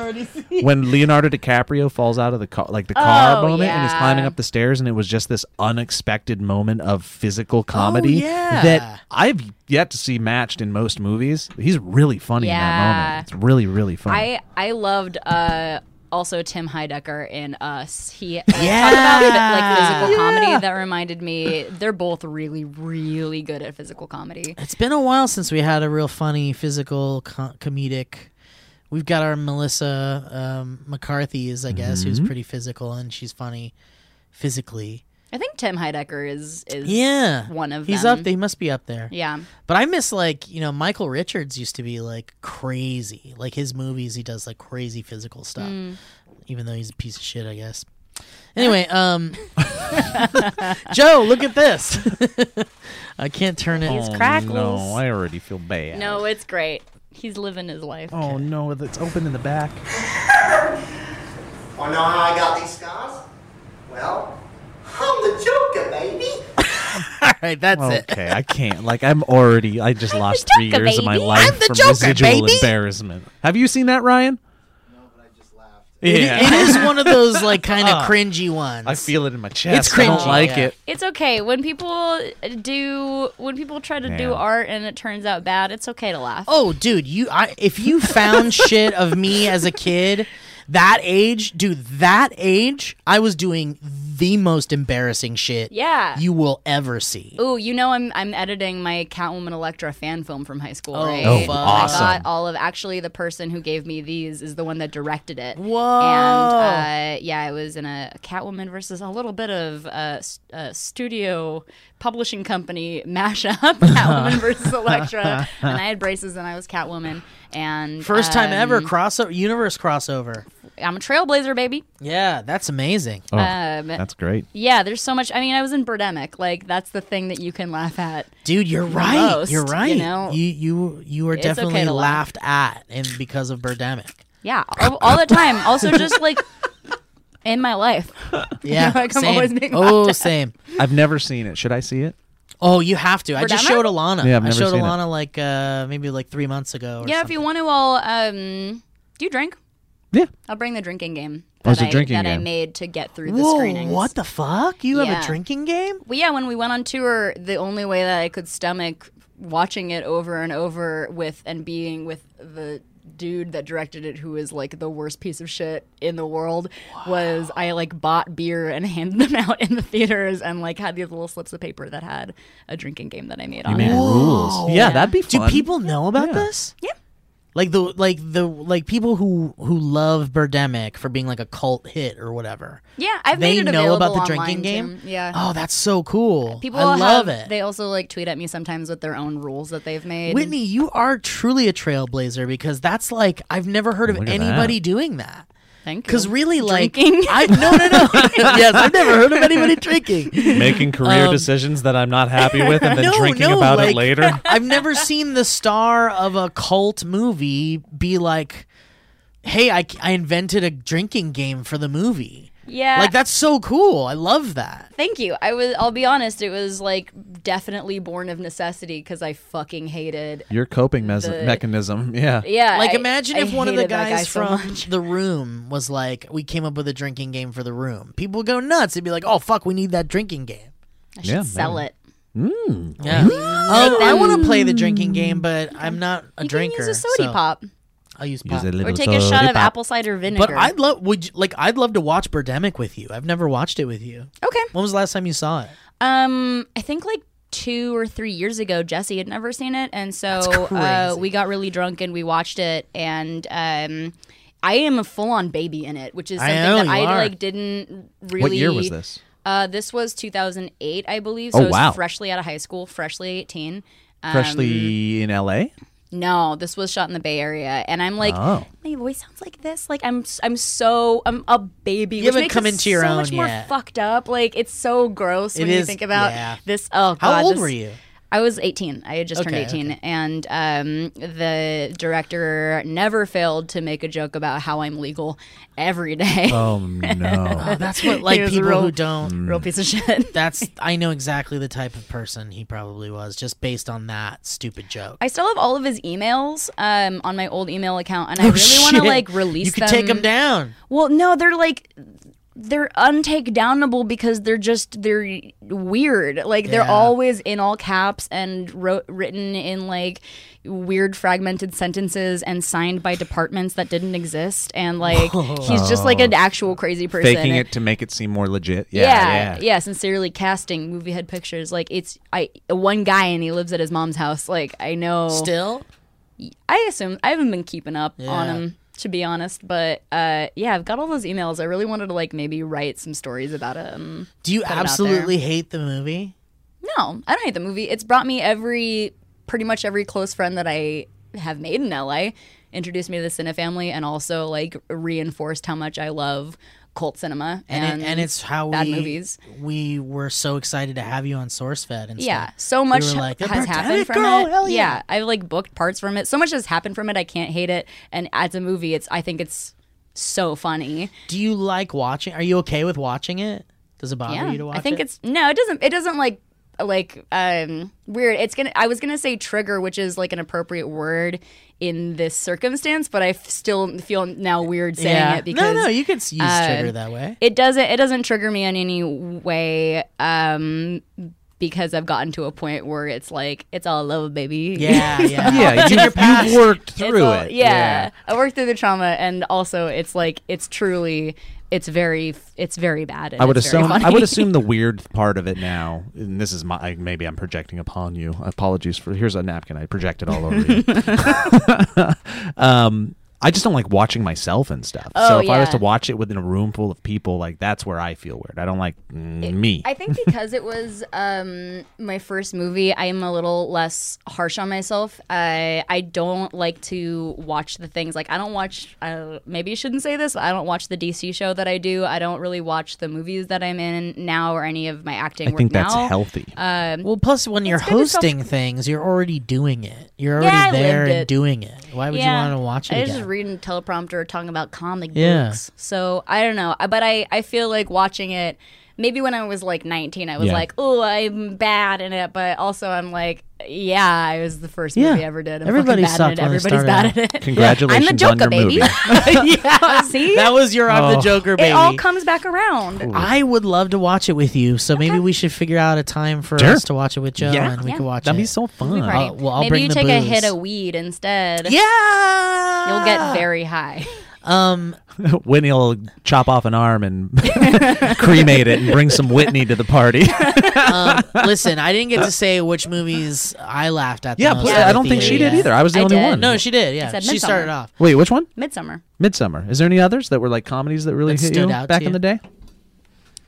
When Leonardo DiCaprio falls out of the car, like the car Oh, moment, and he's yeah. climbing up the stairs, and it was just this unexpected moment of Oh, physical comedy yeah. that I've yet to see matched in most movies. He's really funny Yeah. in that moment. It's really, really funny. I I loved uh also Tim Heidecker in Us. He yeah. like physical comedy that reminded me they're both really really good at physical comedy. It's been a while since we had a real funny physical co- comedic. We've got our Melissa um, McCarthy's, I guess, who's pretty physical and she's funny physically. I think Tim Heidecker is is Yeah, one of he's them. up. He must be up there. yeah. But I miss like you know Michael Richards used to be like crazy. Like his movies, he does like crazy physical stuff, Mm. even though he's a piece of shit, I guess. Anyway, um, Joe, look at this. I can't turn it. Oh. He's crackles. No, I already feel bad. No, it's great. He's living his life. Oh no, it's open in the back. Wanna know how I got these scars? Well, I'm the Joker, baby. All right, that's it. Okay, I can't. Like I'm already. I just lost three Joker, years of my baby. life I'm the from Joker, residual baby. embarrassment. Have you seen that, Ryan? No, but I just laughed. Yeah, It is one of those like kind of cringy ones. I feel it in my chest. It's I don't cringy, like yeah. it. It's okay when people do when people try to Man. do art and it turns out bad. It's okay to laugh. Oh, dude, you I if you found shit of me as a kid that age, dude, that age, I was doing the most embarrassing shit Yeah. you will ever see. Ooh, you know I'm I'm editing my Catwoman Electra fan film from high school, Oh, right? Oh, I got awesome. all of actually the person who gave me these is the one that directed it. Whoa. And uh, yeah, it was in a Catwoman versus a little bit of uh, s- uh, studio publishing company mashup, Catwoman versus Electra, and I had braces and I was Catwoman. And First time um, ever crossover, universe crossover. I'm a trailblazer, baby. Yeah, that's amazing. Oh, Um, that's great. Yeah, there's so much. I mean, I was in Birdemic. Like that's the thing that you can laugh at. Dude, you're right. most, you're you right. You know? you you, are It's okay definitely to laugh. laughed at and because of Birdemic. Yeah, all, all the time. Also, just like in my life. Yeah. Like, I'm same. always being oh, laughed at. same. I've never seen it. Should I see it? Oh, you have to. I just Birdemic? showed Alana. Yeah, I've I never showed seen it. Alana like uh maybe like 3 months ago or Yeah, if you want to, I'll. Um, do you drink? Yeah. I'll bring the drinking game. Oh, it's that a I- drinking that I game. made to get through the Whoa, screenings. what the fuck? You have Yeah. a drinking game? Well, yeah, when we went on tour, the only way that I could stomach watching it over and over with and being with the dude that directed it who is like the worst piece of shit in the world was I like bought beer and handed them out in the theaters and like had these little slips of paper that had a drinking game that I made on made it. rules. Oh, Yeah, that'd be Do fun. people know about Yeah. this? Yeah. Like the like the like people who who love Birdemic for being like a cult hit or whatever. Yeah, I've they made it know about available the drinking online, game. too. Yeah. Oh, that's so cool. People I have- love it. They also like tweet at me sometimes with their own rules that they've made. Whitney, you are truly a trailblazer because that's like I've never heard of Oh, Look at anybody that. doing that. thank you. Because really, like Drinking? I no no no. yes, I've never heard of anybody drinking. Making career decisions that I'm not happy with and then no, drinking no, about like- it later. I've never seen the star of a cult movie be like, "Hey, I, I invented a drinking game for the movie." yeah, Like that's so cool. I love that. Thank you. I was. I'll be honest. It was like definitely born of necessity because I fucking hated. Your coping mes- The- mechanism. Yeah. Yeah. Like I- imagine I if one of the hated that guys guy so from much. the room was like, "We came up with a drinking game for the room." People would go nuts. They'd be like, "Oh fuck, we need that drinking game." I should Yeah, sell maybe. it. Yeah. Um, I want to play the drinking game, but I'm not a You drinker. can use a soda so pop I'll use Use pop. a or little take a shot soda of pop. apple cider vinegar. But I'd love would you, like I'd love to watch Birdemic with you. I've never watched it with you. okay. When was the last time you saw it? Um, I think like two or three years ago, Jesse had never seen it, and so uh, crazy. we got really drunk and we watched it, and um, I am a full-on baby in it, which is I something know, that you I are. like didn't really. What year was this? Uh, this was 2008, I believe. So Oh, I was wow. freshly out of high school, freshly 18. Um, Freshly in LA? No, this was shot in the Bay Area, and I'm like, Oh. my voice sounds like this. Like I'm, s- I'm so, I'm a baby. You which haven't makes come it into your so own much more yet. fucked up. Like it's so gross It when you is- think about yeah. this. Oh, How God, old this- were you? I was 18. I had just turned Okay, 18, and um, the director never failed to make a joke about how I'm legal every day. Oh, no. That's what like He was a people real- who Mm. don't. Real piece of shit. That's I know exactly the type of person he probably was just based on that stupid joke. I still have all of his emails um, on my old email account, and I really want to Oh, Shit. like release You could them. take him down. Well, no, they're like they're untakedownable because they're just they're weird. Like they're Yeah. always in all caps and wrote, written in like weird fragmented sentences and signed by departments that didn't exist. And like he's just like an actual crazy Oh. person. Faking it to make it seem more legit. Yeah. Yeah, yeah, Yeah. Sincerely, casting, movie head pictures. Like it's I one guy and he lives at his mom's house. Like I know. Still, I assume I haven't been keeping up on Yeah. them to be honest, but uh, yeah, I've got all those emails. I really wanted to like maybe write some stories about them. do you out there. absolutely hate the movie? No, I don't hate the movie. It's brought me every pretty much every close friend that I have made in LA, introduced me to the Cine family, and also like reinforced how much I love cult cinema and and, it, and it's how bad we movies. we were so excited to have you on SourceFed and Yeah, stuff. so much were like, has "Birdemic happened from Girl, it. hell yeah." I've like booked parts from it. So much has happened from it. I can't hate it. And as a movie, it's I think it's so funny. Do you like watching? Are you okay with watching it? Does it bother Yeah, you to watch? I think it? it's no, it doesn't. It doesn't like like um weird. It's gonna. I was gonna say trigger, which is like an appropriate word in this circumstance, but I f- still feel now weird saying yeah. it because no, no, you could s- use uh, trigger that way. it doesn't. It doesn't trigger me in any way. Um, because I've gotten to a point where it's like it's all love, baby. Yeah, yeah. yeah, It's you, in your past. have worked It's through all- it. Yeah. I worked through the trauma, and also it's like it's truly it's very it's very bad. And I would it's very assume. I funny. would assume the weird part of it now, and this is my I- maybe I'm projecting upon you. Apologies for. Here's a napkin. I projected all over you. um, I just don't like watching myself and stuff. so Oh, if I was yeah. to watch it within a room full of people, like that's where I feel weird. I don't like mm, me. I think because it was um, my first movie, I am a little less harsh on myself. I I don't like to watch the things like I don't watch. Uh, maybe you shouldn't say this. But I don't watch the DC show that I do. I don't really watch the movies that I'm in now or any of my acting. I work think that's now. Uh, healthy. Well, plus when you're good to self- hosting things, you're already doing it. You're already Yeah, I there lived and it. doing it. Why would you want to watch it? I was again? just reading teleprompter talking about comic Yeah. books. So I don't know, I- but I I feel like watching it. Maybe when I was like 19, I was Yeah. like, "Oh, I'm bad in it," but also I'm like, "Yeah, I was the first movie Yeah. I ever did. I'm Everybody Everybody bad in sucked it. when they Everybody's started bad out. at it. Congratulations I'm the Joker, on your baby. movie. yeah, see, that was your I'm Oh. the Joker baby. it all comes back around. I would love to watch it with you, so maybe we should figure out a time for Sure. us to watch it with Joe, Yeah. and we Yeah. can watch That'd it. be so Movie fun. party. Uh, well, I'll Maybe bring you the take a hit booze. of weed instead. yeah, you'll get very high. Um, Whitney will chop off an arm and cremate it and bring some Whitney to the party. um, listen, I didn't get to say which movies I laughed at. the yeah, most pl- at I the don't think she theater. did either. I was the I only did. one. No, she did. Yeah, said she Midsummer. started off. Wait, which one? Midsummer Midsummer. Is there any others that were like comedies that really That hit stood you out to back you? in the day?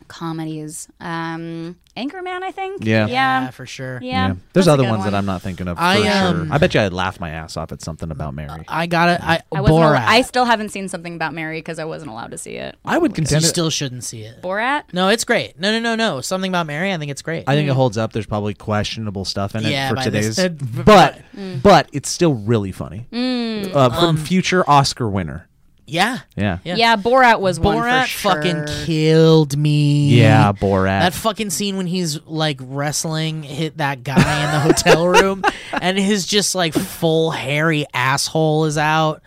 comedies, um, Anchorman, I think. Yeah. yeah, Yeah, for sure. Um, Yeah. There's that's a other good ones one. that I'm not thinking of. For I, sure. um, I bet you I'd laugh my ass off at something about Mary. I got it. I, I wasn't. al- Borat. I still haven't seen something about Mary because I wasn't allowed to see it. I would you contend. it- still shouldn't see it. Borat. No, it's great. No, no, no, no. Something about Mary. I think it's great. I think it holds up. There's probably questionable stuff in it Yeah, for by Mm. this- today's, but but it's still really funny. Uh, from future Oscar winner. yeah. Yeah. Mm. Um, Yeah. Yeah. Borat was one Borat for sure. fucking killed me. Yeah, Borat. That fucking scene when he's like wrestling hit that guy in the hotel room and his just like full hairy asshole is out.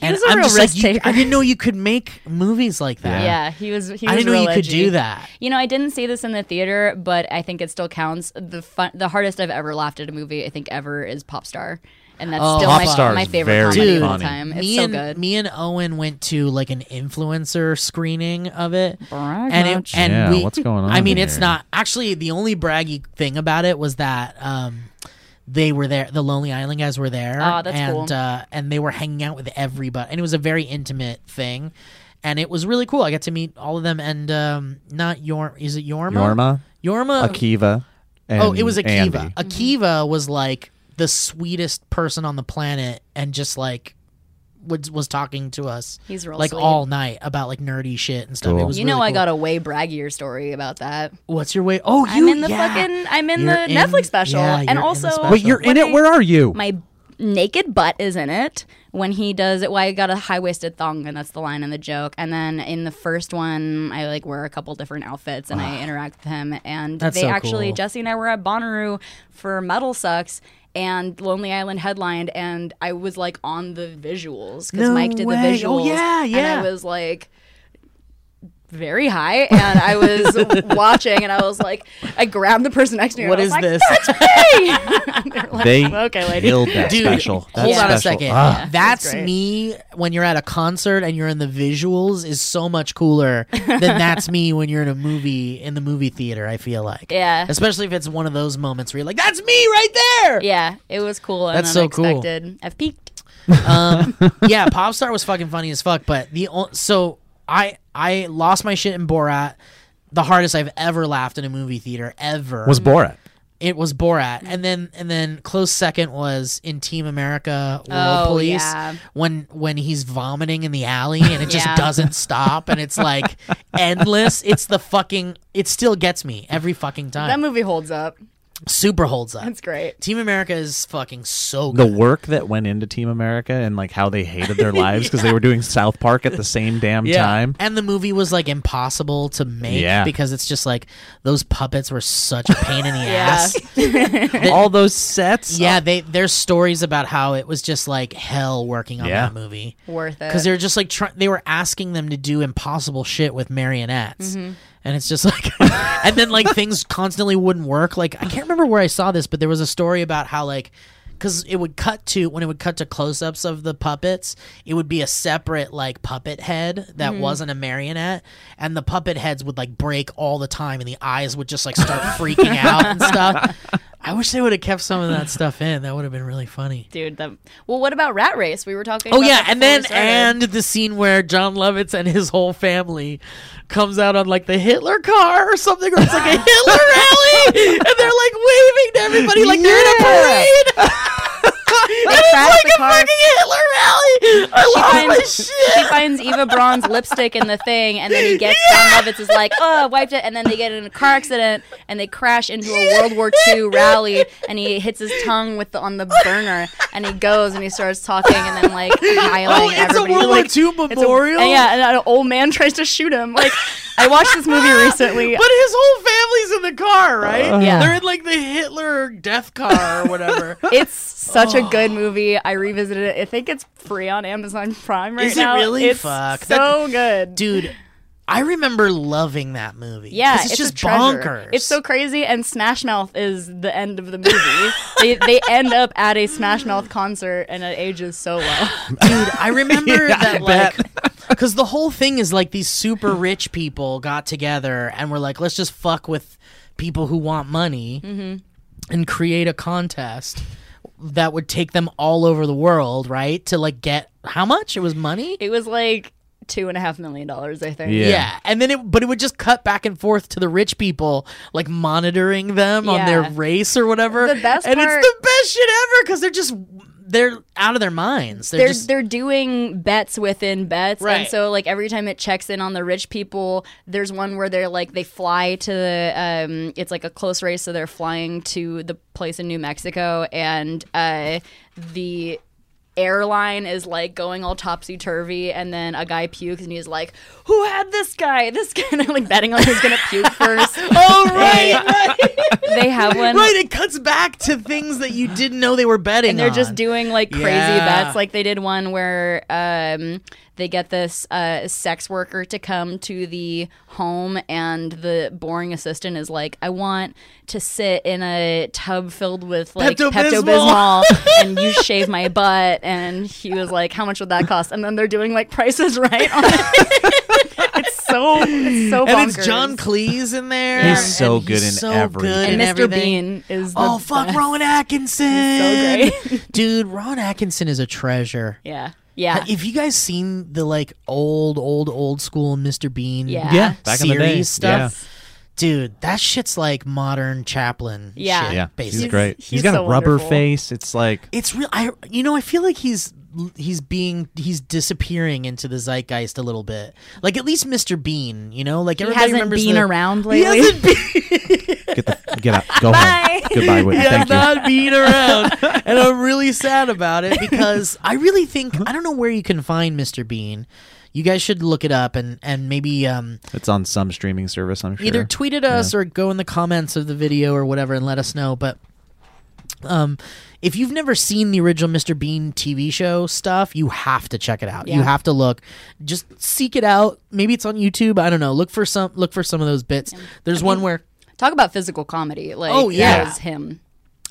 and was a I'm real just like, risk you- taker. I didn't know you could make movies like that. Yeah, he was. He was I didn't know real you could edgy. do that. You know, I didn't see this in the theater, but I think it still counts. The fun, the hardest I've ever laughed at a movie, I think, ever is Popstar, and that's Oh, still my, Popstar my is favorite very comedy of all funny. time. It's me so and good. me and Owen went to like an influencer screening of it, Brag and it, much. and Yeah, we, what's going I on mean, in it's here? not actually the only braggy thing about it was that um, they were there. The Lonely Island guys were there, Oh, that's and cool. uh, and they were hanging out with everybody, and it was a very intimate thing. And it was really cool. I got to meet all of them, and um, not Yorm. Is it Yorma? Yorma, Yorma. Akiva. And Oh, it was Akiva. Andy. Akiva was like the sweetest person on the planet, and just like was was talking to us. He's real like sweet. all night about like nerdy shit and stuff. It Cool. was you know, really I cool. got a way braggier story about that. What's your way? Oh, you. I'm in the yeah. fucking. I'm in You're the in- Netflix special, yeah, you're in and the also special. Wait, you're in it. I- Where are you? my naked butt is in it when he does it. Why I got a high waisted thong, and that's the line in the joke. And then in the first one, I like wear a couple different outfits and I interact with him. And That's they so actually cool. Jesse and I were at Bonnaroo for Metal Sucks. And Lonely Island headlined, and I was like on the visuals because No Mike did the way. Oh, visuals. yeah, yeah. And I was like, very high and I was watching and I was like I grabbed the person next to me and What I is was like, this? "That's me!" And they were like, They okay, lady. killed that Dude, special. That hold on a special- second. Ah. That's great. me when you're at a concert and you're in the visuals is so much cooler than that's me when you're in a movie in the movie theater. I feel like, Yeah. especially if it's one of those moments where you're like, "That's me right there." Yeah, it was cool and That's so cool. unexpected. I've peaked. um, yeah, Popstar was fucking funny as fuck. But the o- so I I lost my shit in Borat, the hardest I've ever laughed in a movie theater ever. Was Borat. it was Borat, and then and then close second was in Team America Oh, World Police yeah. when when he's vomiting in the alley and it just Yeah. doesn't stop and it's like endless. It's the fucking it still gets me every fucking That time. movie holds up. Super holds up. It's great. Team America is fucking so the good. work that went into Team America and like how they hated their lives because they were doing South Park at the same damn time. And the movie was like impossible to make Yeah. because it's just like those puppets were such a pain in the ass. All those sets. Yeah, they there's stories about how it was just like hell working on Yeah. that movie Worth it. because they were just like try- they were asking them to do impossible shit with marionettes. and it's just like and then like things constantly wouldn't work like i can't remember where i saw this but there was a story about how like because it would cut to when it would cut to close-ups of the puppets it would be a separate like puppet head that wasn't a marionette and the puppet heads would like break all the time and the eyes would just like start freaking out and stuff i wish they would have kept some of that stuff in that would have been really funny dude. That, well, what about Rat Race? We were talking. Oh about yeah, that and before we then started. and the scene where John Lovitz and his whole family comes out on like the Hitler car or something, or it's like a Hitler rally, and they're like waving to everybody like they're in a Yeah. parade. and it's crash like the a car. fucking Hitler rally. I love this she shit. finds Eva Braun's lipstick in the thing, and then he gets John Lovitz is like, "Oh, I wiped it," and then they get in a car accident, and they crash into a World War II rally, and he hits his tongue with the, on the burner, and he goes and he starts talking, and then like annihilating Oh, it's a everybody. World like, War II it's a- memorial. and yeah, and an old man tries to shoot him. Like, I watched this movie recently. Ah! Uh, But his whole family's in the car, right? Yeah. They're in like the Hitler death car or whatever. It's such a Oh. good movie. I revisited it. I think it's free on Amazon Prime right Is it now. really? It's Fuck. so good. Dude, I remember loving that movie. 'Cause Yeah, it's, it's, just a treasure. bonkers. It's so crazy, and Smash Mouth is the end of the movie. they they end up at a Smash Mouth concert, and it ages so well. dude i remember that like because the whole thing is like these super rich people got together and were like let's just fuck with people who want money Mm-hmm. and create a contest that would take them all over the world right to like get how much it was money It was like two and a half million dollars, I think. yeah. and then it but it would just cut back and forth to the rich people like monitoring them on their Yeah. race or whatever The best and part- it's the best shit ever because they're just they're out of their minds they're, They're just they're doing bets within bets, Right. and so like every time it checks in on the rich people, there's one where they're like they fly to the um, it's like a close race, so they're flying to the place in New Mexico, and uh, the airline is like going all topsy turvy, and then a guy pukes, and he's like, "Who had this guy? This guy?" And I'm like betting on who's gonna puke first. oh right they have one. Right, it cuts back to things that you didn't know they were betting. and they're just on. doing like crazy Yeah. bets. Like they did one where um, they get this uh, sex worker to come to the home, and the boring assistant is like, "I want to sit in a tub filled with like Pepto Pepto-Bismol." Bismol, and you shave my butt." And he was like, "How much would that cost?" And then they're doing like prices right on it. it's so it's so and it's bonkers. John Cleese in there. He's and so he's good in so everything. good and in Mr. everything. Bean is the Oh fuck, best. Rowan Atkinson! He's so great. dude. Rowan Atkinson is a treasure. Yeah, yeah, Have you guys seen the like old, old, old school Mr. Bean? Yeah. Yeah, back in the Oh, series day. stuff. Dude, that shit's like modern Chaplin. Yeah. shit, Yeah, yeah. basically. he's great. he's he's got so a rubber wonderful. face. It's like it's real i you know i feel like he's he's being he's disappearing into the zeitgeist a little bit like at least mr bean you know like He everybody hasn't remembers been the- around he lately. hasn't been, get the get out, go Bye. home, goodbye, Whitney. he Thank has you. not been around and i'm really sad about it because i really think i don't know where you can find mr bean you guys should look it up and and maybe um It's on some streaming service. I'm sure. either tweet at us or go in the comments of the video or whatever and let us know. But um, if you've never seen the original Mr. Bean TV show stuff, you have to check it out. You Yeah. have to look. Just seek it out. Maybe it's on YouTube. I don't know. Look for some. Look for some of those bits. There's one where Talk about physical comedy. Like, Oh, that yeah. is him.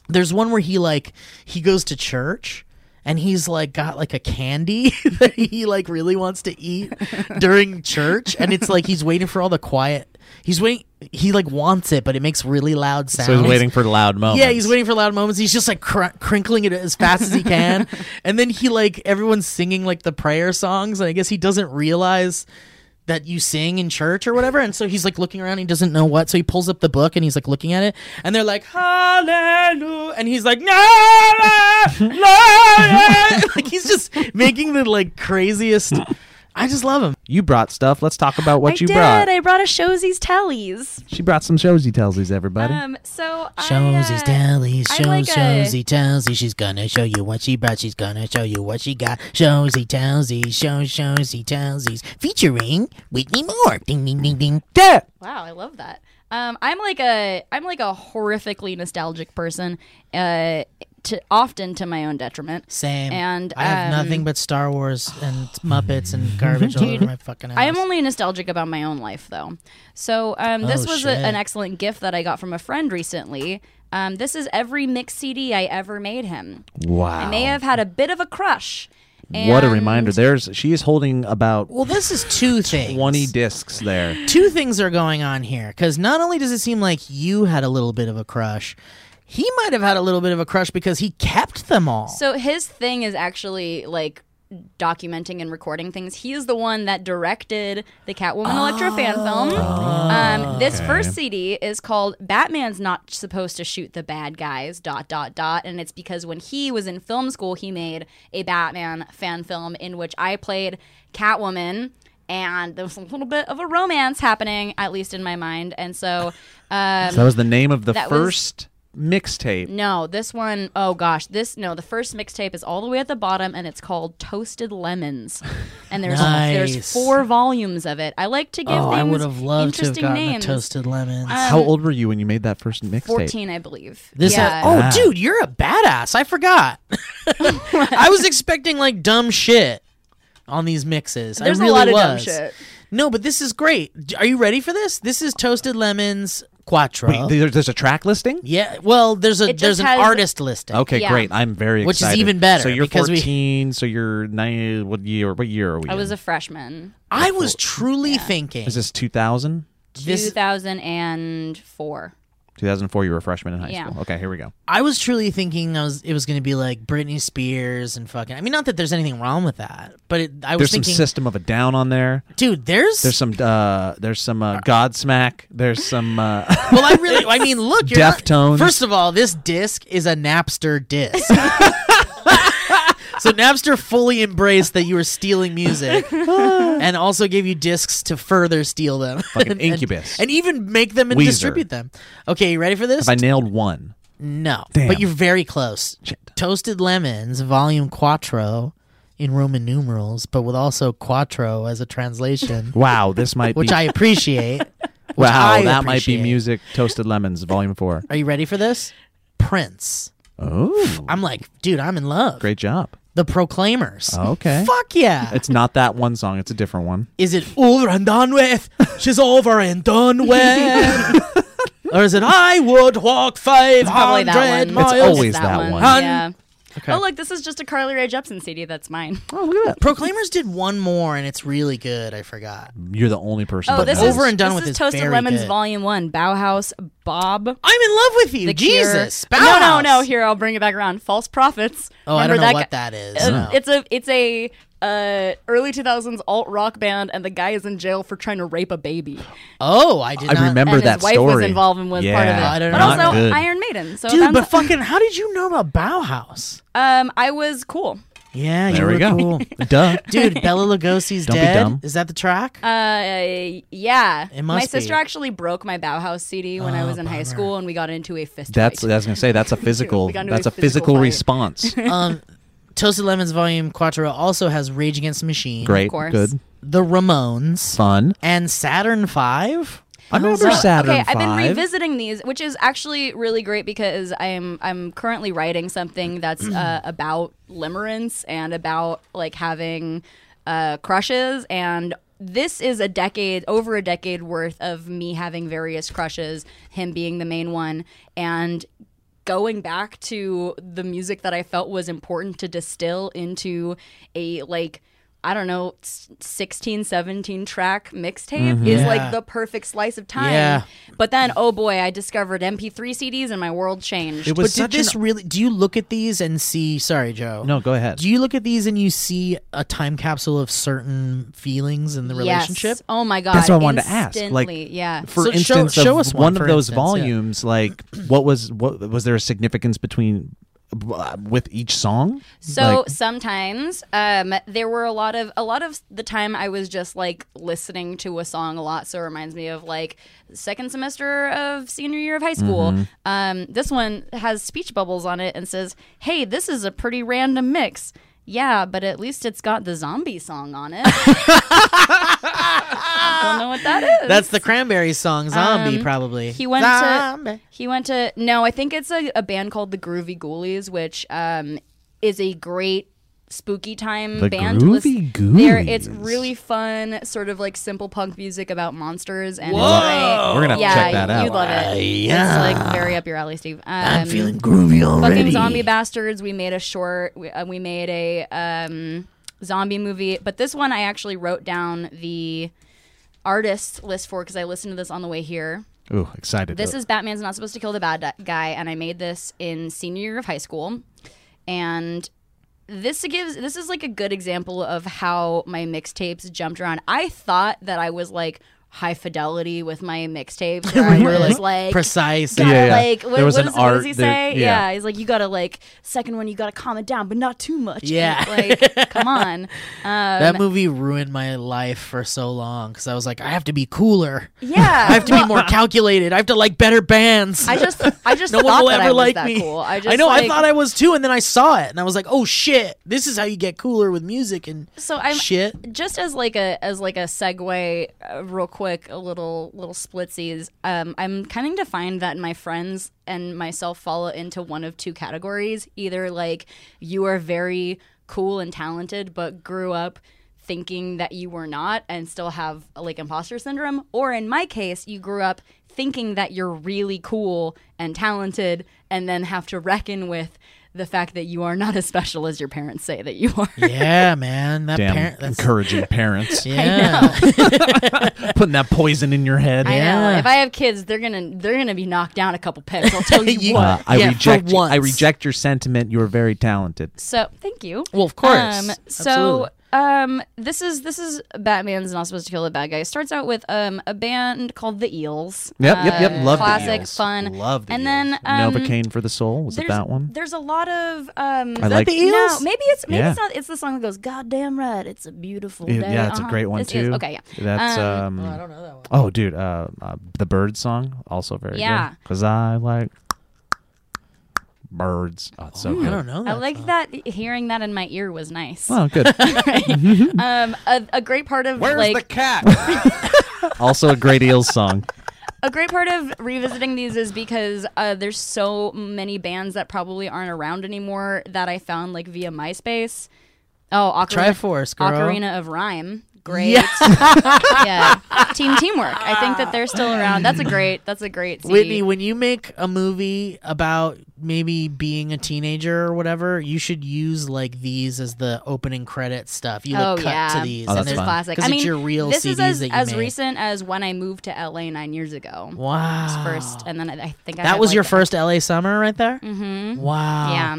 there's one where he like he goes to church and he's like got like a candy that he like really wants to eat during church and it's like he's waiting for all the quiet he's waiting he like wants it but it makes really loud sounds So he's waiting for loud moments. yeah, he's waiting for loud moments. He's just like cr- crinkling it as fast as he can, and then he like everyone's singing like the prayer songs, and I guess he doesn't realize that you sing in church or whatever, and so he's like looking around, he doesn't know what, so he pulls up the book and he's like looking at it, and they're like Hallelujah, and he's like No, like he's just making the like craziest. I just love him. You brought stuff. Let's talk about what I you did. brought. I brought a Showsies Tellies. she brought some shows. He tells these everybody. Um, so Shows I, his uh, telly, I shows like a- shows he tells he she's gonna show you what she brought, she's gonna show you what she got. Shows he tells he shows shows he tells he's featuring Whitney Moore. Ding ding ding ding. Dad. Wow, I love that. Um, I'm like a I'm like a horrifically nostalgic person. Uh, to often to my own detriment. Same. And I have um, nothing but Star Wars and Muppets and garbage all over my fucking house. I am only nostalgic about my own life, though. So um, this Oh, was a, shit. an excellent gift that I got from a friend recently. Um, this is every mix CD I ever made him. Wow. I may have had a bit of a crush. what a and- reminder. There's she is holding about Well, this is two things. 20 discs there. Two things are going on here because not only does it seem like you had a little bit of a crush, he might have had a little bit of a crush because he kept them all. So his thing is actually like documenting and recording things. He is the one that directed the Catwoman Electra fan film. Um, this first CD is called "Batman's Not Supposed to Shoot the Bad Guys." Dot dot dot, and it's because when he was in film school, he made a Batman fan film in which I played Catwoman. And there was a little bit of a romance happening, at least in my mind. And so, um, So that was the name of the That was- first mixtape. no, this one, oh gosh, this no, the first mixtape is all the way at the bottom and it's called Toasted Lemons. And there's Nice. there's four volumes of it. I like to give oh, things I would have loved to have interesting gotten names. Um, a toasted lemon. How old were you when you made that first mixtape? 14, I believe. This yeah. oh, dude, you're a badass. I forgot. I was expecting like dumb shit on these mixes. There's I really a lot of was. dumb shit. No, but this is great. D- Are you ready for this? This is Toasted Lemons Quattro. Wait, there's, there's a track listing? yeah. Well, there's a It just there's an has- artist listing. Okay, Yeah. great. I'm very Which is excited. even better, So you're because we- 14. So you're nine. What year? What year are we? I was in? a freshman. I was truly thinking Is this 2000? this. 2004. 2004. You were a freshman in high Yeah. school. Okay, here we go. I was truly thinking I was it was going to be like Britney Spears and fucking. I mean, not that there's anything wrong with that, but it, I was There's thinking, some System of a Down on there. dude, there's, There's some. Uh, there's some uh, Godsmack. There's some. Uh, Well, I really, I mean, look, you're not- Deftones. first of all, this disc is a Napster disc. so Napster fully embraced that you were stealing music, and also gave you discs to further steal them. Fucking And- Incubus. and, even make them and Weezer. distribute them. Okay, you ready for this? if I nailed one. no, Damn. but you're very close. Toasted Lemons, Volume Quattro, in Roman numerals, but with also Quattro as a translation, Wow, this might which be. I appreciate. which wow, I that might be appreciate. music. Toasted Lemons, Volume Four. Are you ready for this? Prince. Oh, I'm like, dude, I'm in love. great job. The Proclaimers. Okay. Fuck yeah. It's not that one song. It's a different one. is it over and done with? She's over and done with. or is it I would walk Probably 500 that one. miles? It's always that one. Hun- Yeah. Okay. Oh, look, this is just a Carly Rae Jepsen CD. That's mine. Oh, look at Proclaimers did one more and it's really good. I forgot. that. You're the only person. Oh, that this knows. is, Over and Done this With is is Toasted very Lemons good. Volume 1. Bauhaus, Bob. I'm in love with you. The Cure. Jesus. No, no, Bauhaus. no. Here, I'll bring it back around. False prophets. Oh, I Remember don't know that what guy- that is. Uh, No. It's a it's a uh, early 2000s alt rock band, and the guy is in jail for trying to rape a baby. oh, I did not. I remember and that his wife story. was involved and was part of it. Yeah, I don't but know. also not good. Iron Maiden. So Dude, I'm- but fucking, how did you know about Bauhaus? um, I was cool. Yeah, you There we were go. cool. Duh. Dude, Bella Lugosi's Don't be dead. dumb. Is that the track? Uh, yeah. It my must sister be. Ah, actually broke my Bauhaus CD when I was in high school, and we got into a fist That's. fight. I was gonna say that's a physical. We got into that's a a physical physical fight. response. um, Toasted Lemons Volume Quattro also has Rage Against the Machine, Great. course. Good. The Ramones, Fun. and Saturn Five. I remember Saturn okay, I've been five. revisiting these, which is actually really great because I'm I'm currently writing something that's uh, about limerence and about like having uh, crushes and. This is a decade, over a decade worth of me having various crushes, him being the main one, and going back to the music that I felt was important to distill into a like I don't know s- 16 17 track mixtape Mm-hmm. is Yeah. like the perfect slice of time. Yeah. But then oh boy, I discovered MP3 CDs and my world changed. It was But did such an- this really? Do you look at these and see? Sorry, Joe. No, go ahead. Do you look at these and you see a time capsule of certain feelings in the relationship? Yes. Oh my god. That's what I wanted to ask. Like, Instantly, yeah. for So show- instance, show of us one, one, of for those instance, yeah. volumes, like what was what was there a significance between uh, with each song? So Like- sometimes um, there were a lot of a lot of the time I was just like listening to a song a lot. So it reminds me of like second semester of senior year of high school. Um, this one has speech bubbles on it and says, "Hey, this is a pretty random mix." Yeah, but at least it's got the zombie song on it. Don't know what that is. That's the Cranberries song, Zombie, probably. Um, He went Zombie. to he went to no, I think it's a, a band called the Groovy Ghoulies, which um, is a great spooky time The band. to listen- Groovy They're- It's Ghoulies. really fun, sort of like simple punk music about monsters and Whoa! We're gonna have to yeah, check that out. You'd love it. Ah, Yeah. It's like very up your alley, Steve. Um, I'm feeling groovy already. fucking zombie bastards. We made a short. We, uh, we made a um, zombie movie, but this one I actually wrote down the artist list for because I listened to this on the way here. Ooh, excited. This is Batman's not supposed to kill the bad di- guy, and I made this in senior year of high school, and this gives this is like a good example of how my mixtapes jumped around. I thought that I was like high fidelity with my mixtapes. where I We're was like, like precise. gotta Yeah, yeah. like what, There was what an is- what does art he there- say? yeah. yeah. he's like you gotta like second one you gotta calm it down, but not too much. Yeah. like come on. Um, that movie ruined my life for so long because I was like, I have to be cooler. Yeah, I have to be more calculated. I have to like better bands. I just I just no thought one will that ever I was like that me. cool. I just know. I like- thought I was too, and then I saw it, and I was like, "Oh shit! This is how you get cooler with music and so I'm shit." just as like a as like a segue uh, real quick a little little splitsies um, i'm coming to find that my friends and myself fall into one of two categories either like you are very cool and talented but grew up thinking that you were not and still have like imposter syndrome or in my case you grew up thinking that you're really cool and talented and then have to reckon with the fact that you are not as special as your parents say that you are Yeah, man. That Damn, parent. That's, encouraging parents. yeah. Putting that poison in your head. I Yeah. know. If I have kids, they're gonna they're gonna be knocked down a couple pegs. I'll tell you You- what. Uh, I Yeah, for reject. I once. reject your sentiment. You're very talented. So thank you. Well, of course. Um, so um, this is this is Batman's not supposed to kill the bad guy. It starts out with um, a band called the Eels. Yep, yep, yep. Um, Love the classic Eels. fun. Love the and Eels. then um, Novocaine for the soul was it There's, that one? there's a lot of um, I like. the Eels? no, maybe it's maybe it's Yeah. not. It's the song that goes, "God damn right, it's a beautiful Yeah, day." yeah, it's a Uh-huh. great one It's Eels. too. Okay, yeah, That's um. I don't know that one. Oh, dude, uh, uh, the bird song also very Yeah. Because I like birds. Oh, it's so good. I don't know. I That. like that. uh, Hearing that in my ear was nice. Oh, good. Um, a, a great part of like cat? also a great Eels song. a great part of revisiting these is because uh, there's so many bands that probably aren't around anymore that I found like via MySpace. Oh, Ocarina, Triforce, girl. Ocarina of Rhyme. Great. yeah. Team teamwork. I think that they're still around. That's a great. That's a great. CD. Whitney, when you make a movie about maybe being a teenager or whatever, you should use like these as the opening credit stuff. You like oh cut yeah, to these. Oh, and that's they're- fun. classic. 'cause I it's mean, your real this CDs is as, that you as made. recent as when I moved to LA nine years ago. Wow. First, and then I, I think I Ah. That had, was like, your the- first LA summer right there? Mm-hmm. Wow. Yeah,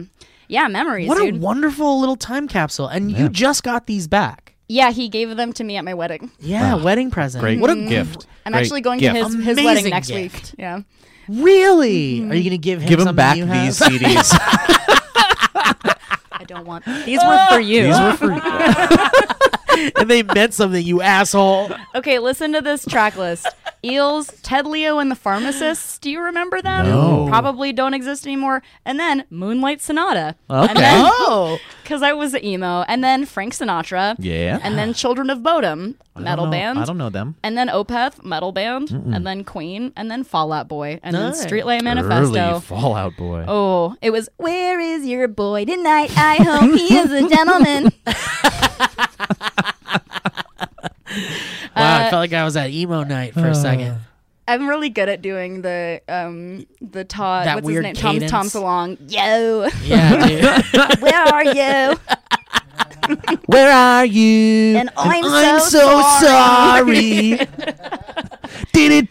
yeah, memories. What dude. a wonderful little time capsule. And you just got these back. yeah, he gave them to me at my wedding. Yeah, wedding present. Great What a gift. Mm-hmm. I'm Great actually going gift. to his, his Amazing wedding next gift. week. Yeah. really? Mm-hmm. Are you gonna give him Give something him back you have? these CDs. I don't want these were for you. these were for and they meant something, you asshole. Okay, listen to this track list. Eels, Ted Leo and the Pharmacists. Do you remember them? No. Probably don't exist anymore. And then Moonlight Sonata. Okay. Oh. Because I was emo. And then Frank Sinatra. Yeah. And then Children of Bodom, metal I don't know- band. I don't know them. And then Opeth, metal band. And then Queen. And then Fallout Boy. And Nice. then Streetlight Manifesto. Early Fallout Boy. Oh, it was Where is your boy tonight? I hope he is a gentleman. Wow, I felt like I was at emo night uh. for a second. Uh, I'm really good at doing the um the Todd That what's weird his name? Tom Tom cadence. Salong. Yo, Yeah, dude. where are you? Where are you? And I'm, I'm so, so sorry. Tonight.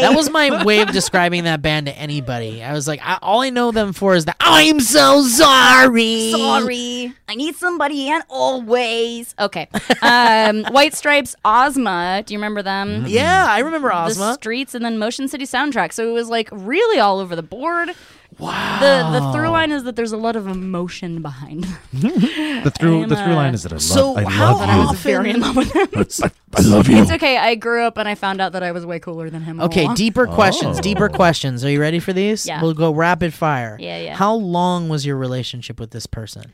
That was my way of describing that band to anybody. I was like, I, all I know them for is that I'm so sorry. sorry. I need somebody and always. Okay. Um White Stripes Ozma. Do you remember Mm-hmm. them? Yeah, I remember The Ozma. streets and then Motion City soundtrack. So it was like really all over the board. The the through line is that there's a lot of emotion behind. them. The through am, the through uh, line is that I love So I how love I you. was very in love with him. I love you. It's okay. I grew up and I found out that I was way cooler than him. all Okay, along. deeper questions. Oh. Deeper questions. Are you ready for these? Yeah. We'll go rapid fire. Yeah, yeah. How long was your relationship with this person?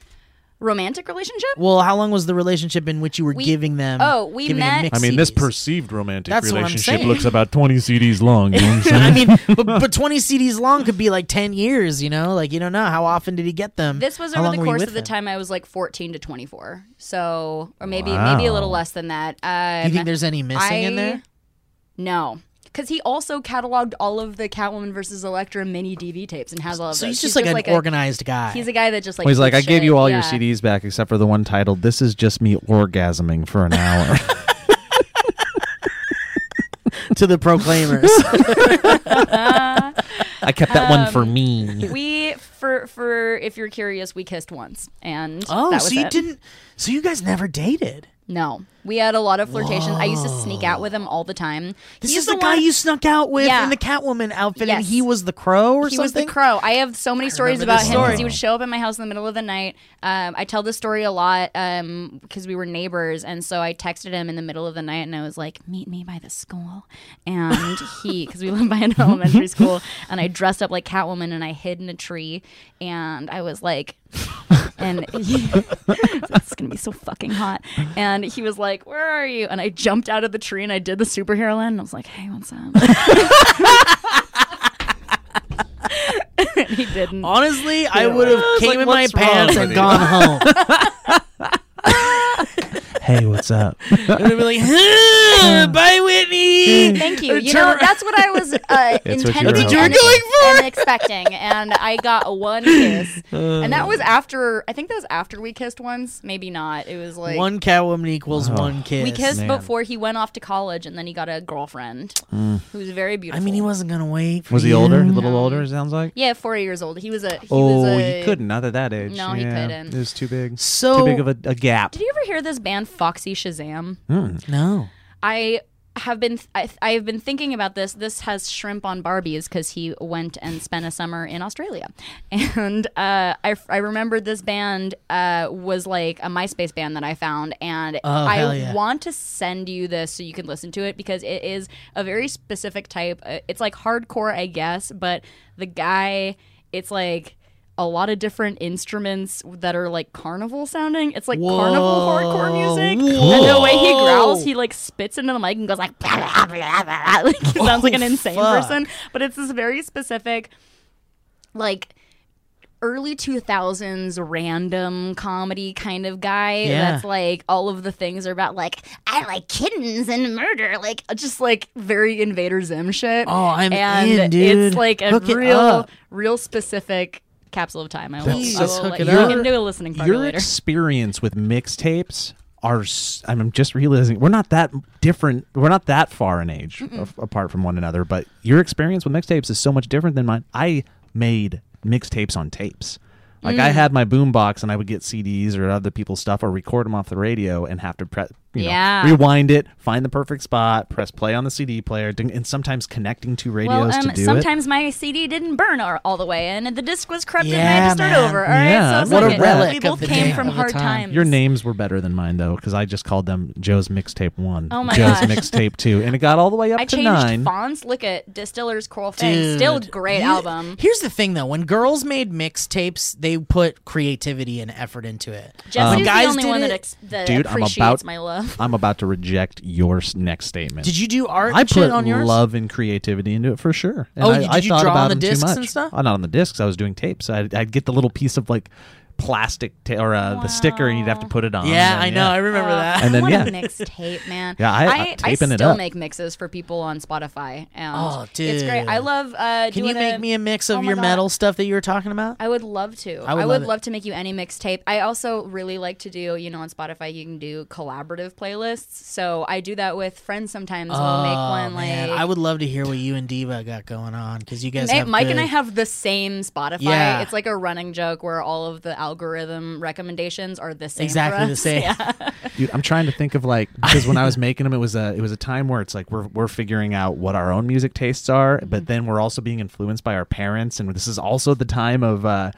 romantic relationship. Well, how long was the relationship in which you were We- giving them? oh, we giving them met- mixed I mean, this CDs? perceived romantic That's what I'm relationship saying. looks about 20 CDs long. You know what I'm saying? I mean, but, but 20 CDs long could be like 10 years, you know? Like, you don't know. How often did he get them? This was How over long the were you course with of the him? time I was like 14 to 24. So, or maybe maybe a little Wow. less than that. Um, Do you think there's any missing in I- there? No. Because he also cataloged all of the Catwoman versus Electra mini DV tapes and has all of So those. he's just like an a- organized guy. He's a guy that just like. Well, he's like, I keeps gave you shit." all your Yeah. CDs back except for the one titled "This is just me orgasming for an hour." to the proclaimers. Oh, I kept that one for me. We for for if you're curious, we kissed once, and oh, that was so you it. didn't. So you guys never dated. No, we had a lot of flirtations. I used to sneak out with him all the time. This He's is the, guy one- you snuck out with Yeah. in the Catwoman outfit, and Yes. he was the crow or he was something. the crow. I have so many stories remember about this him because story. he would show up at my house in the middle of the night. Um, I tell this story a lot because we were neighbors, and so I texted him in the middle of the night, and I was like, "Meet me by the school," and he because we lived by an elementary school, and I dressed up like Catwoman and I hid in a tree, and I was like. and he, it's gonna be so fucking hot. And he was like, "Where are you?" And I jumped out of the tree and I did the superhero line. And I was like, "Hey, what's up?" And he didn't. Honestly, I would have came like, in my what's wrong pants with and you? gone home. Hey, what's up? I would have been like, "Huh, "Bye, Whitney." Thank you. And You turn know, around. that's what I was uh, That's what you were intending hoping. and, That's what you were going and expecting, and I got one kiss, and that was after. I think that was after we kissed once. Maybe not. It was like one Catwoman equals Oh. one kiss. we kissed man. before he went off to college, and then he got a girlfriend who was very I beautiful. mean, he wasn't gonna wait. For Was he you. older? A little older? It sounds like. Yeah, four years old. He was a. He was oh, a, he couldn't. Not at that age. No, he Yeah, couldn't. It was too big. So too big of a, a gap. Did you ever hear this band Foxy Shazam? no. I have been I, I have been thinking about this. This has shrimp on Barbies because he went and spent a summer in Australia, and uh, I I remember this band uh, was like a MySpace band that I found, and Oh, hell I yeah. want to send you this so you can listen to it because it is a very specific type. Uh, It's like hardcore, I guess, but the guy, it's like. A lot of different instruments that are like carnival sounding. It's like carnival hardcore music. And the way he growls, he like spits into the mic and goes like, blah, blah, blah, blah. like he sounds like an Oh, insane fuck. person. But it's this very specific, like early 2000s random comedy kind of guy Yeah. that's like all of the things are about like i like kittens and murder like just like very invader zim shit Oh, I'm and in, dude. it's like a Hook it real up. real specific capsule of time i will, Please, I will let's hook let it you, up. you can do a listening party Your later experience with mixtapes are. s- I'm just realizing we're not that different. We're not that far in age af- apart from one another. But your experience with mixtapes is so much different than mine. I made mixtapes on tapes. Like Mm. I had my boombox, and I would get CDs or other people's stuff, or record them off the radio, and have to press, you know, Yeah. rewind it, find the perfect spot, press play on the CD player, ding- and sometimes connecting two radios Well, um, to do it. sometimes my CD didn't burn all, all the way, and the disc was corrupted, and I had Yeah, to start man. over. All right, Yeah, so what a suck it. relic We of both the came day, from of the hard time. times. Your names were better than mine though, because I just called them Joe's mixtape one, Oh my Joe's gosh. mixtape two, and it got all the way up I to changed nine. fonts. Look at Distillers Coral Fang. Dude, Still great you- album. Here's the thing, though: when girls made mixtapes, they put creativity and effort into it. Jesse's When the guys only did one that, it- ex- that Um, Dude, I'm appreciates about my love. I'm about to reject your s- next statement. Did you do art? I and put shit on yours? love and creativity into it for sure. And Oh, I, did I you thought draw on about the them too discs much. and stuff? Oh, not on the discs. I was doing tapes. I'd, I'd get the little piece of like plastic ta- or uh, the sticker, and you'd have to put it on. Yeah, and then, I know. I remember Oh, that. And then, what yeah. a mixtape, man. Yeah, I- I'm taping it still up. make mixes for people on Spotify. And Oh, it's great. dude. I love. Uh, Can doing you make a- me a mix of Oh my your God. metal stuff that you were talking about? I would love to. I would would, love it. love, to make you any mixtape. I also really like to do, you know, on Spotify you can do collaborative playlists. So I do that with friends sometimes. we'll make one like Man, I would love to hear what you and Diva got going on because you guys Ma- have Mike good- and I have the same Spotify. Yeah. It's like a running joke where all of the algorithm recommendations are the same. for exactly the us. same. Dude, I'm trying to think of like because when I was making them, it was a it was a time where it's like we're we're figuring out what our own music tastes are, Mm-hmm. but then we're also being influenced by our parents, and this is also the time of uh,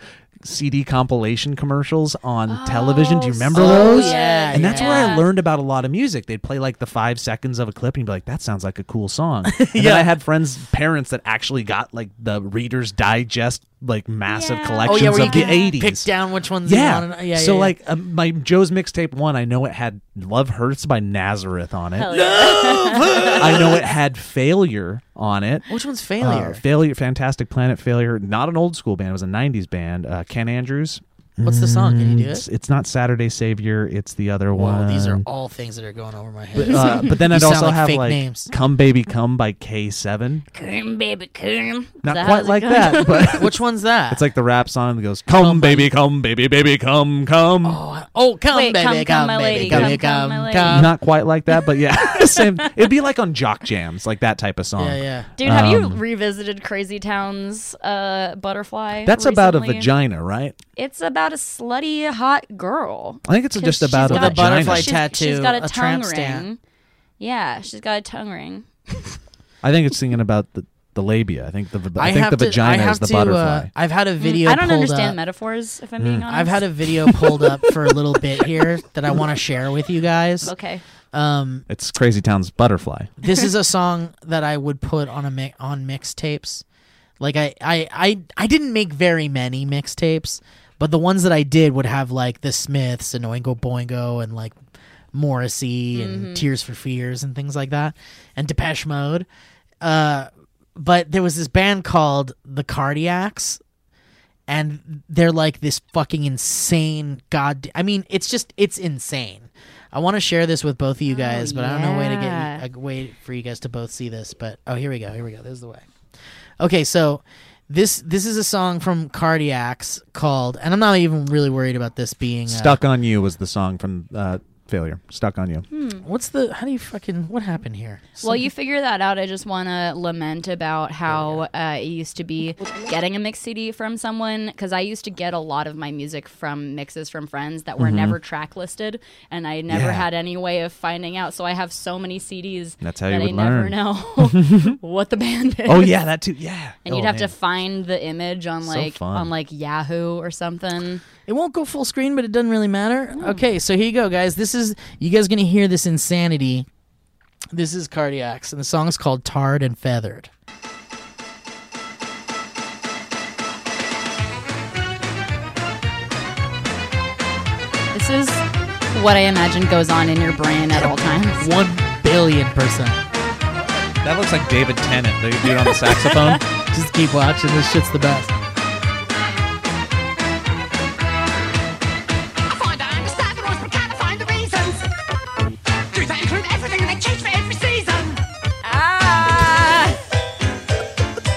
CD compilation commercials on television. Oh, Do you remember so those? good. Yeah, and that's where I yeah. learned about a lot of music. They'd play like the five seconds of a clip, and you'd be like, "That sounds like a cool song." And then I had friends, parents that actually got like the Reader's Digest like massive Yeah. Oh collections yeah, where you of the can '80s. pick down which ones. Yeah. You want to, yeah. So yeah, like um, my Joe's mixtape one, I know it had "Love Hurts" by Nazareth on it. Hell yeah. I know it had "Failure" on it. yeah. which one's Uh, failure? failure, Fantastic Planet, failure. Not an old school band; it was a '90s band. Uh, Ken Andrews. What's the song? Can you do It's, it? it's not Saturday Savior. It's the other Wow, mm, one. these are all things that are going over my head. Uh, but then I'd sound also like have fake like names. "Come Baby Come" by K7. Come, baby, come. Not That quite has a like good- that, but which one's that? it's like the rap song that goes "Come Baby Come Baby Baby Come Come." oh, oh, come Wait, baby, come, come, come, my baby, lady, come, come, come, come, my come. lady. not quite like that, but yeah, same. It'd be like on jock jams, like that type of song. Yeah, yeah. Dude, have you Um, revisited Crazy Town's uh, Butterfly? That's about a recently? vagina, right? It's about a slutty hot girl. I think it's 'Cause just she's about a got- With a butterfly vagina. she's- She's tattoo, got a, a tongue tramp ring. stamp. Yeah, she's got a tongue ring. I think it's singing about the, the labia. I think the I, think have the to- I vagina have is the to, uh, butterfly. I've had a video. Mm, I don't pulled understand up. metaphors, if I'm Hmm. being honest. I've had a video pulled up for a little bit here that I want to share with you guys. Okay. Um, it's Crazy Town's butterfly. this is a song that I would put on a mi- on mixtapes. Like I, I I I didn't make very many mixtapes, but the ones that I did would have like The Smiths and Oingo Boingo and like Morrissey and Tears for Fears and things like that, and Depeche Mode. Uh, but there was this band called The Cardiacs, and they're like this fucking insane god. I mean, it's just it's insane. I want to share this with both of you guys, but I don't know a way to yeah. get you, a way for you guys to both see this. But oh, here we go. Here we go. This is the way. Okay, so this this is a song from Cardiacs called, and I'm not even really worried about this being uh, Stuck on You was the song from uh, Failure. Stuck on You. Hmm. What's the? How do you fucking? What happened here? Well, you figure that out. I just want to lament about how uh, it used to be getting a mix CD from someone because I used to get a lot of my music from mixes from friends that were never track listed, and I never Mm-hmm. Yeah. had any way of finding out. So I have so many CDs That's how that you I would never learn. know what the band is. Oh yeah, that too. Yeah. and Oh, you'd have to man. find the image on like fun. on like Yahoo or something. It won't go full screen, but it doesn't really matter. Okay, so here you go, guys. This is you guys gonna hear this insanity. This is Cardiacs, and the song's called "Tarred and Feathered." This is what I imagine goes on in your brain at all times. One billion percent. That looks like David Tennant, the dude on the saxophone. Just keep watching. This shit's the best. I find I understand the rules, but can't find the reasons. Do they include everything and they change for every season? Ah!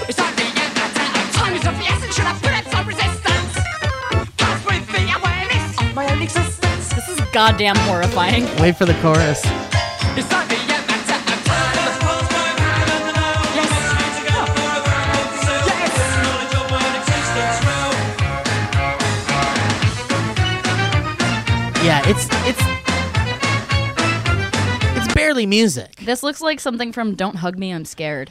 It's like being an actor. Time is of the essence. Should I put up some resistance? Cause with the awareness of my own existence. This is goddamn horrifying. Wait for the chorus. It's like being an actor. Time. Yes. Yes. Yeah, it's it's it's barely music. This looks like something from Don't Hug Me, I'm Scared.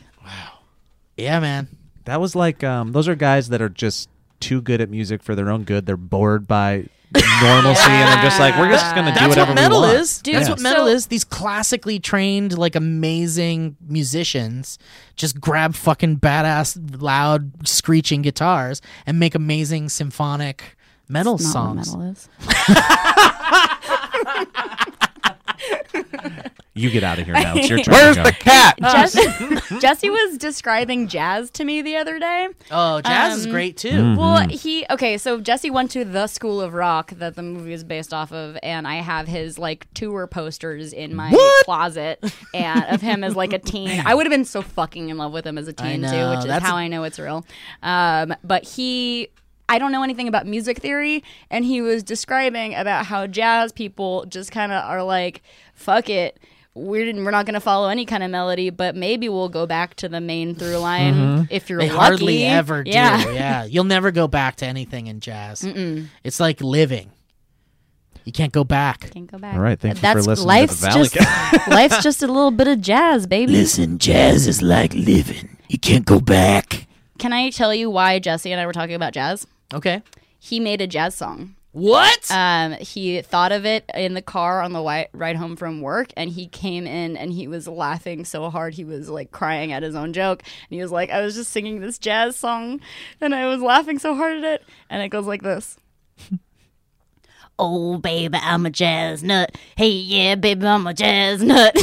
Yeah, man. That was like um, those are guys that are just too good at music for their own good. They're bored by normalcy, and they're just like, we're just gonna do That's whatever what metal we want. is. Dude, That's Yeah. what metal so- is. These classically trained, like amazing musicians just grab fucking badass, loud, screeching guitars and make amazing symphonic metal songs. is. You get out of here now. It's your turn. Joe. cat? Ah. Jesse, Jesse was describing jazz to me the other day. Oh, jazz is Um, great too. Mm. Well, he okay. So Jesse went to the School of Rock that the movie is based off of, and I have his like tour posters in my closet, and of him as like a teen. I would have been so fucking in love with him as a teen know, too, which is that's how a- I know it's real. Um, but he. I don't know anything about music theory, and he was describing about how jazz people just kind of are like, "Fuck it, we didn't, we're not going to follow any kind of melody, but maybe we'll go back to the main through line if you're Mm-hmm. They lucky. hardly ever do. Yeah. Yeah. You'll never go back to anything in jazz. It's like living. You can't go back. Can't go back. All right, thank you for That's, listening to Life's the Valley just life's just a little bit of jazz, baby. Listen, jazz is like living. You can't go back. Can I tell you why Jesse and I were talking about jazz? Okay. He made a jazz song. What? Um, he thought of it in the car on the wi- ride home from work, and he came in and he was laughing so hard he was like crying at his own joke. And he was like, "I was just singing this jazz song, and I was laughing so hard at it." And it goes like this. Oh baby, I'm a jazz nut. Hey yeah, baby, I'm a jazz nut.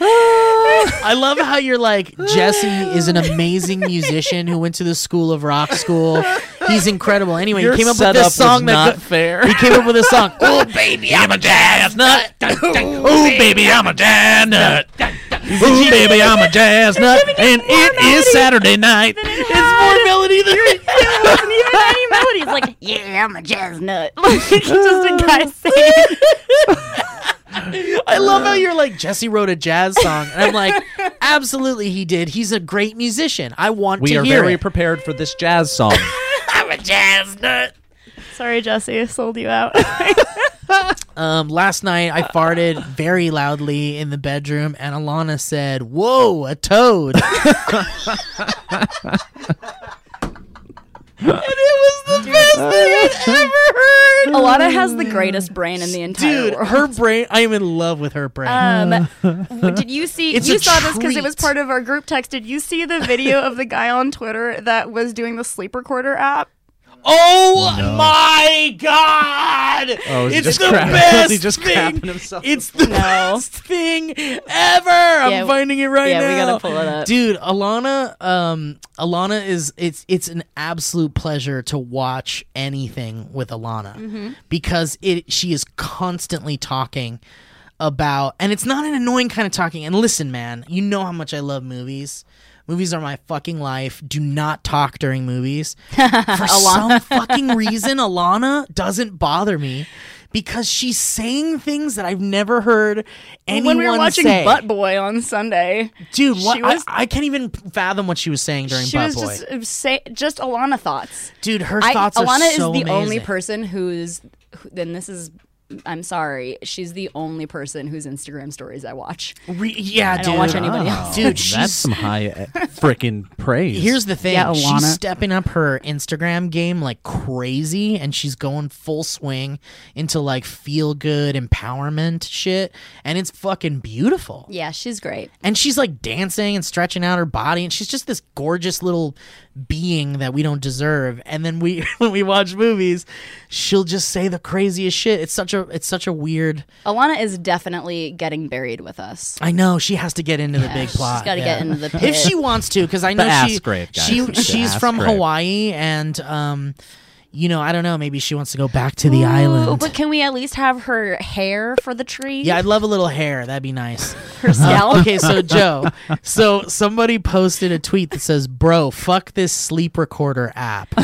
I love how you're like Jesse is an amazing musician who went to the school of rock school. He's incredible. Anyway, Your he came up with setup this song was that not go- fair. he came up with a song. Oh baby, I'm a jazz nut. Oh baby, I'm a jazz nut. Oh baby, I'm a jazz nut. And it is Saturday night. It's more melody than Wasn't even any melody. He's like, yeah, I'm a jazz nut. Like it's just a guy saying. I love how you're like Jesse wrote a jazz song, and I'm like, absolutely he did. He's a great musician. I want We to are hear very it. prepared for this jazz song. I'm a jazz nut. Sorry, Jesse, I sold you out. Um, last night I farted very loudly in the bedroom, and Alana said, "Whoa, a toad!" and it was the best thing I'd ever heard. Alana has the greatest brain in the entire Dude, world. her brain. I am in love with her brain. Um, w- did you see? It's you a saw this because it was treat. part of our group text. Did you see the video of the guy on Twitter that was doing the sleep recorder app? oh my god! Oh, is he it's just the crap- best is he just thing. crapping himself? It's the best thing ever. I'm Yeah, we- finding it right now. it up. dude alana um alana is it's it's an absolute pleasure to watch anything with alana Mm-hmm. because it she is constantly talking about and it's not an annoying kind of talking and listen man you know how much i love movies movies are my fucking life do not talk during movies for some fucking reason alana doesn't bother me because she's saying things that i've never heard anyone when we were watching say Butt Boy on Sunday, dude what, She was- I, I can't even fathom what she was saying during she Butt was Boy. just uh, say, just Alana thoughts. dude her I, thoughts Alana are is so the amazing. only person who's. Who, then this is. I'm sorry. She's the only person whose Instagram stories I watch. Re- yeah dude. Oh, don't watch anybody else. dude That's she's some high uh, freaking praise. Here's the thing. Yeah, she's Alana. stepping up her Instagram game like crazy and she's going full swing into like feel good empowerment shit and it's fucking beautiful. Yeah, she's great. And she's like dancing and stretching out her body and she's just this gorgeous little being that we don't deserve. And then we when we watch movies, she'll just say the craziest shit. It's such a it's such a weird Alana is definitely getting buried with us. I know she has to get into the big she's plot. gotta get into the if pit. she wants to, because I know ass she grave, guys. she It's the she's ass from grave. Hawaii, and um, you know I don't know. Maybe she wants to go back to the Ooh, island. but can we at least have her hair for the tree? yeah, I'd love a little hair. That'd be nice. Uh, her scalp. okay, so Joe, so somebody posted a tweet that says, "Bro, fuck this sleep recorder app,"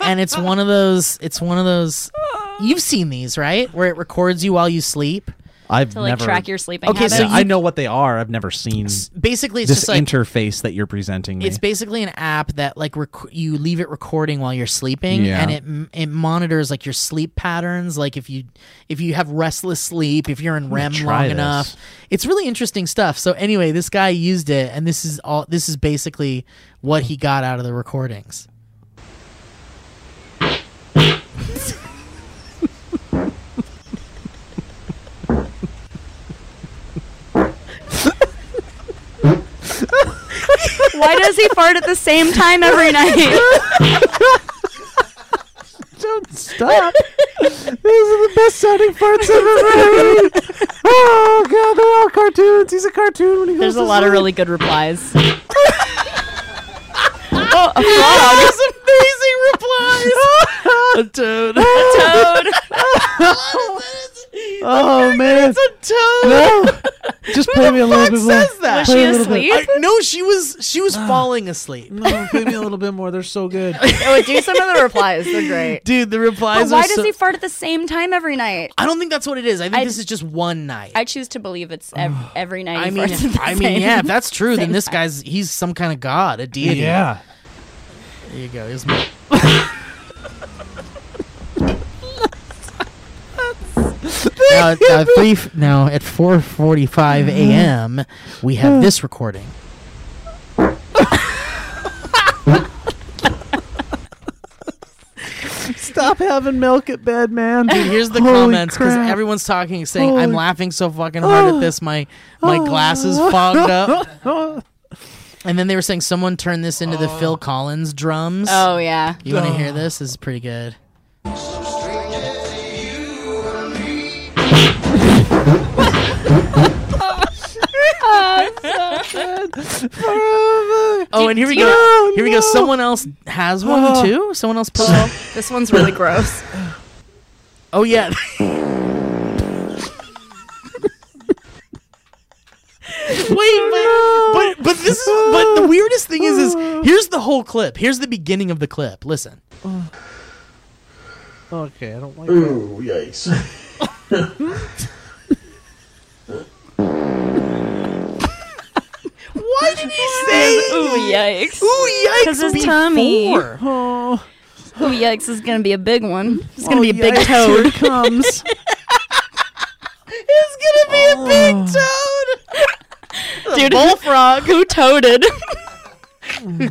and it's one of those. It's one of those. You've seen these, right? Where it records you while you sleep. I've to like never track your sleeping Okay, habits. so Yeah, you- I know what they are. I've never seen Basically, it's this just like interface that you're presenting me. It's basically an app that like rec- you leave it recording while you're sleeping, Yeah. and it m- it monitors like your sleep patterns, like if you if you have restless sleep, if you're in REM try long this. enough. It's really interesting stuff. So anyway, this guy used it, and this is all. This is basically what he got out of the recordings. Why does he fart at the same time every night? Don't stop. These are the best sounding parts I've ever heard. Oh god, they're all cartoons. He's a cartoon when he There's a lot of really good replies. oh, a frog. amazing replies. Toad. Oh man, It's a toad. no! Just play me a little fuck bit more. says that? Was Play she a little asleep? I- no, she was she was falling asleep. Bit. No, play me a little bit more. They're so good. Oh, do some of the replies. They're great. Dude, the But replies why are does so- he fart at the same time every night? I don't think that's what it is. I think I- this is just one night. I choose to believe it's ev- every night. he I mean, farts at the I mean, same- yeah. If that's true, then same this time. guy's he's some kind of god, a deity. yeah. There you go. Here's my- now, at, uh, three, f- now at 4:45 Mm-hmm. a.m. we have this recording. Stop having milk at bed, man. Dude, here's the Holy comments because crap. everyone's talking, saying, "I'm Holy- laughing so fucking hard at this. My my glasses fogged up." And then they were saying, "Someone turned this into the Oh. Phil Collins drums." Oh yeah. You want to hear this? This is pretty good. oh, and here we go. here we go. Someone else has one too. Someone else posted. This one's really gross. Oh yeah. Wait, but, but but this is but the weirdest thing is is here's the whole clip. Here's the beginning of the clip. Listen. Okay, I don't like that. Ooh, yikes. Why did he say Ooh yikes! Ooh, yikes 'Cause his before? tummy. Oh, Ooh yikes is gonna be a big one. It's gonna oh, be a big yikes, Here toad. it comes. It's gonna be a big toad. Oh. Dude, bullfrog who toaded.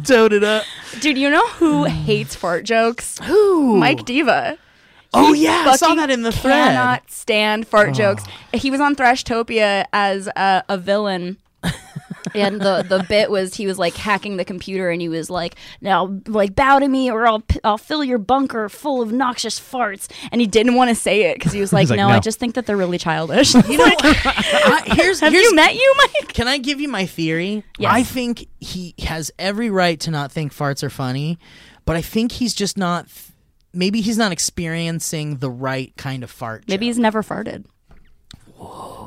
Toad it up. Dude, you know who hates fart jokes? Who? Mike Diva. Oh yeah, I saw fucking that in the thread. Oh. Cannot stand fart jokes. He was on Thrashtopia as a, a villain. and the, the bit was he was like hacking the computer and he was like now like bow to me or I'll p- I'll fill your bunker full of noxious farts and he didn't want to say it because he was like, like, no, "No." I just think that they're really childish. You know, I- here's have here's you met you, Mike? Can I give you my theory? Yes. I think he has every right to not think farts are funny, but I think he's just not. Maybe he's not experiencing the right kind of fart. Maybe joke. he's never farted. Whoa.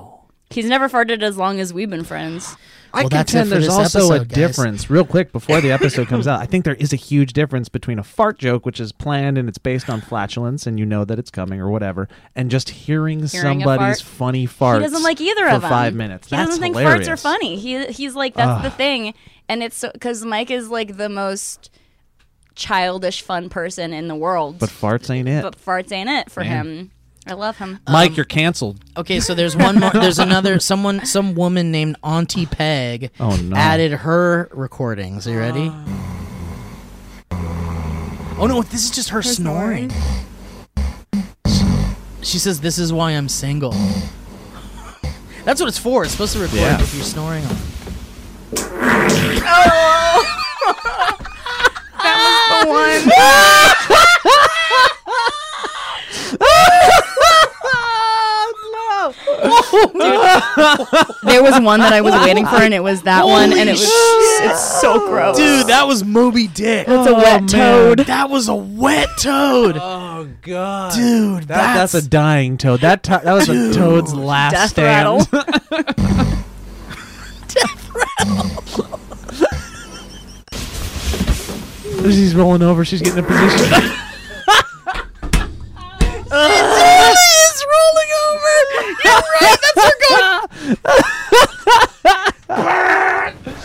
He's never farted as long as we've been friends. I Well, that's it contend for there's this also a episode, guys. difference, real quick, before the episode comes out. I think there is a huge difference between a fart joke, which is planned and it's based on flatulence, and you know that it's coming or whatever, and just hearing, Hearing a somebody's fart. funny farts. He doesn't like either for of them. Five minutes. He that's doesn't think hilarious. farts are funny. He he's like that's the thing, and it's because Mike is like the most childish fun person in the world. but But, um, farts ain't it. farts ain't it for Man. him. I love him. Mike, you're canceled. Okay, so there's one more. There's another. Someone, some woman named Auntie Peg Oh, no. added her recordings. Are you ready? Ah. Oh no, this is just her, snoring. She says, "This is why I'm single." That's what it's for. It's supposed to record Yeah. if you're snoring. On. There was one that I was waiting for, and it was that one, and it was it's so gross. Dude, that was Moby Dick. it's a wet toad. Oh, That was a wet toad. Oh God, Dude, That, that's, a dying toad. That to- that was a toad's last Death rattle. stand. She's rolling over. She's getting a position. is rolling over. You're right. That's her going.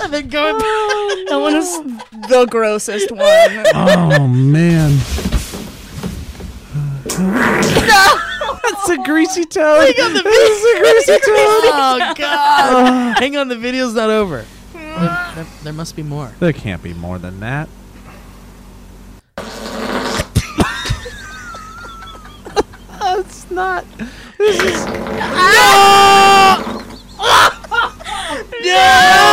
and then going. that one is the grossest one. oh man. That's a greasy toad. This is a greasy toad. Oh God! Hang on, the video's not over. There, there- there must be more. There can't be more than that. it's not. No!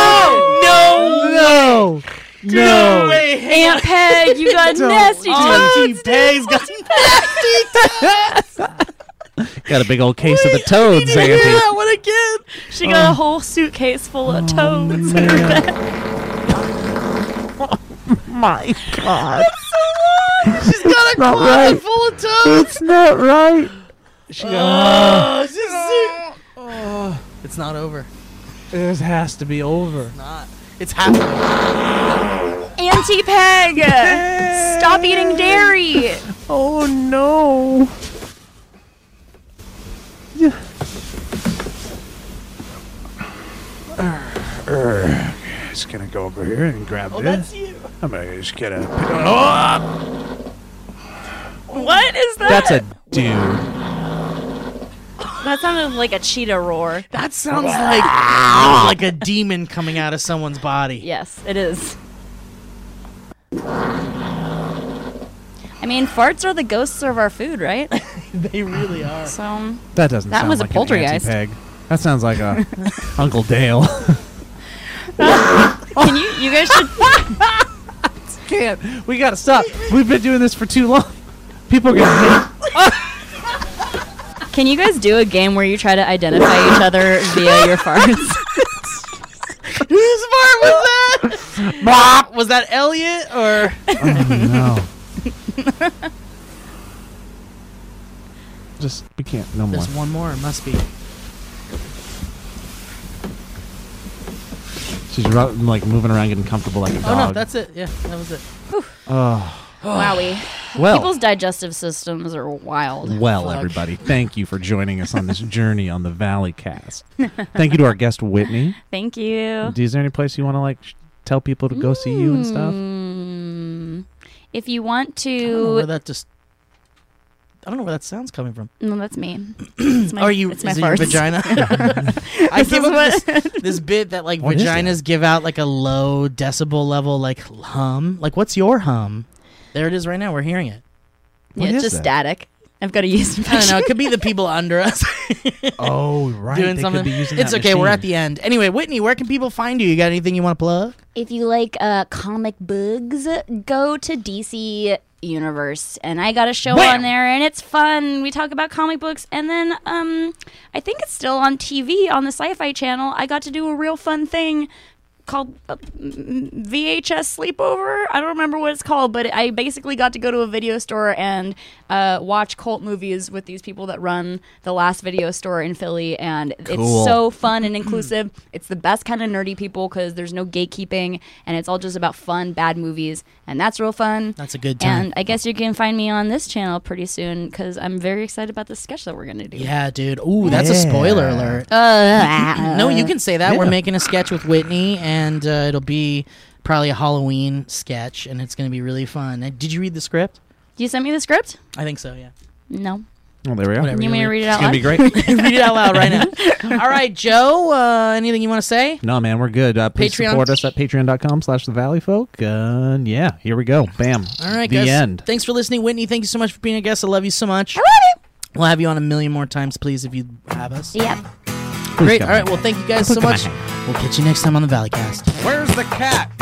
No. No! No. Oh, Aunt Peg, you got nasty toads. Auntie Peg's got Got a big old case of the toads, hear Andy. that one again. She got a whole suitcase full of toads. in her bed. My God. She's got a not closet right. full of toads. It's not right. She got, Oh, she's Oh, It's not over. This has to be over. Not. It's happening. Auntie Peg, stop eating dairy. Oh no. Just gonna go over here and grab Oh, this. that's you. I'm gonna just get a. Oh, What is that? That's a dude. That sounded like a cheetah roar. That sounds like like a demon coming out of someone's body. Yes, it is. I mean, farts are the ghosts of our food, right? They really are. So That doesn't. That sound was a like an poltergeist. Auntie Peg. That sounds like a Uncle Dale. can you you guys should Can't. We gotta stop. We've been doing this for too long. People are gonna hate. can you guys do a game where you try to identify each other via your farts? Whose fart was that? was that Elliot or No. Just we can't. No more. There's one more, it must be. She's ru- like moving around, getting comfortable like a dog. Oh no, that's it. Yeah, that was it. Oh. Wowie. well. People's digestive systems are wild. well, Fuck. everybody, thank you for joining us on this journey on the Valley Cast. Thank you to our guest Whitney. Thank you. Is there any place you want to like sh- tell people to go see you and stuff? Mm, if you want I don't know where to, that just I don't know where that sound's coming from. no, that's me. It's my, Are you It's my is it your farts. vagina? I This give is up what- this, this bit that like What is vaginas give out like a low decibel level like hum. Like what's your hum? There it is right now. We're hearing it. Yeah, What it's is that? just static. I've got a yeast I don't know. infection. It could be the people under us Oh, right. doing something. it's okay. We're at the end. Anyway, Whitney, where can people find you? You got anything you want to plug? If you like uh, comic bugs, go to DC Universe, and I got a show on there, and it's fun. We talk about comic books, and then um, I think it's still on TV on the Sci-Fi Channel. I got to do a real fun thing called uh, m- m- VHS sleepover. I don't remember what it's called, but I basically got to go to a video store and uh, watch cult movies with these people that run the last video store in Philly, and it's so fun and inclusive. it's the best kind of nerdy people because there's no gatekeeping, and it's all just about fun, bad movies, and that's real fun. That's a good time. And I guess you can find me on this channel pretty soon because I'm very excited about this sketch that we're gonna do. Yeah, dude. Ooh, that's a spoiler alert. Uh, no, you can say that. We're yeah. making a sketch with Whitney, and uh, it'll be probably a Halloween sketch, and it's going to be really fun. Uh, Did you read the script? you send me the script? I think so. Yeah. No. Well, Oh, there we are. Whatever. You want me to read it out? It's gonna loud? be great. read it out loud right now. All right, Joe. Uh, anything you want to say? no, man, we're good. Uh, please Patreon. support us at Patreon.com/slash The Valley Folk. Uh, and yeah, here we go. Bam. All right, the guys. end. Thanks for listening, Whitney. Thank you so much for being a guest. I love you so much. We'll have you on a million more times, please, if you have us. Yep. Please Great. come All right. on. Well, thank you guys so Click on much. my We'll catch you next time on the Valleycast. Where's the cat?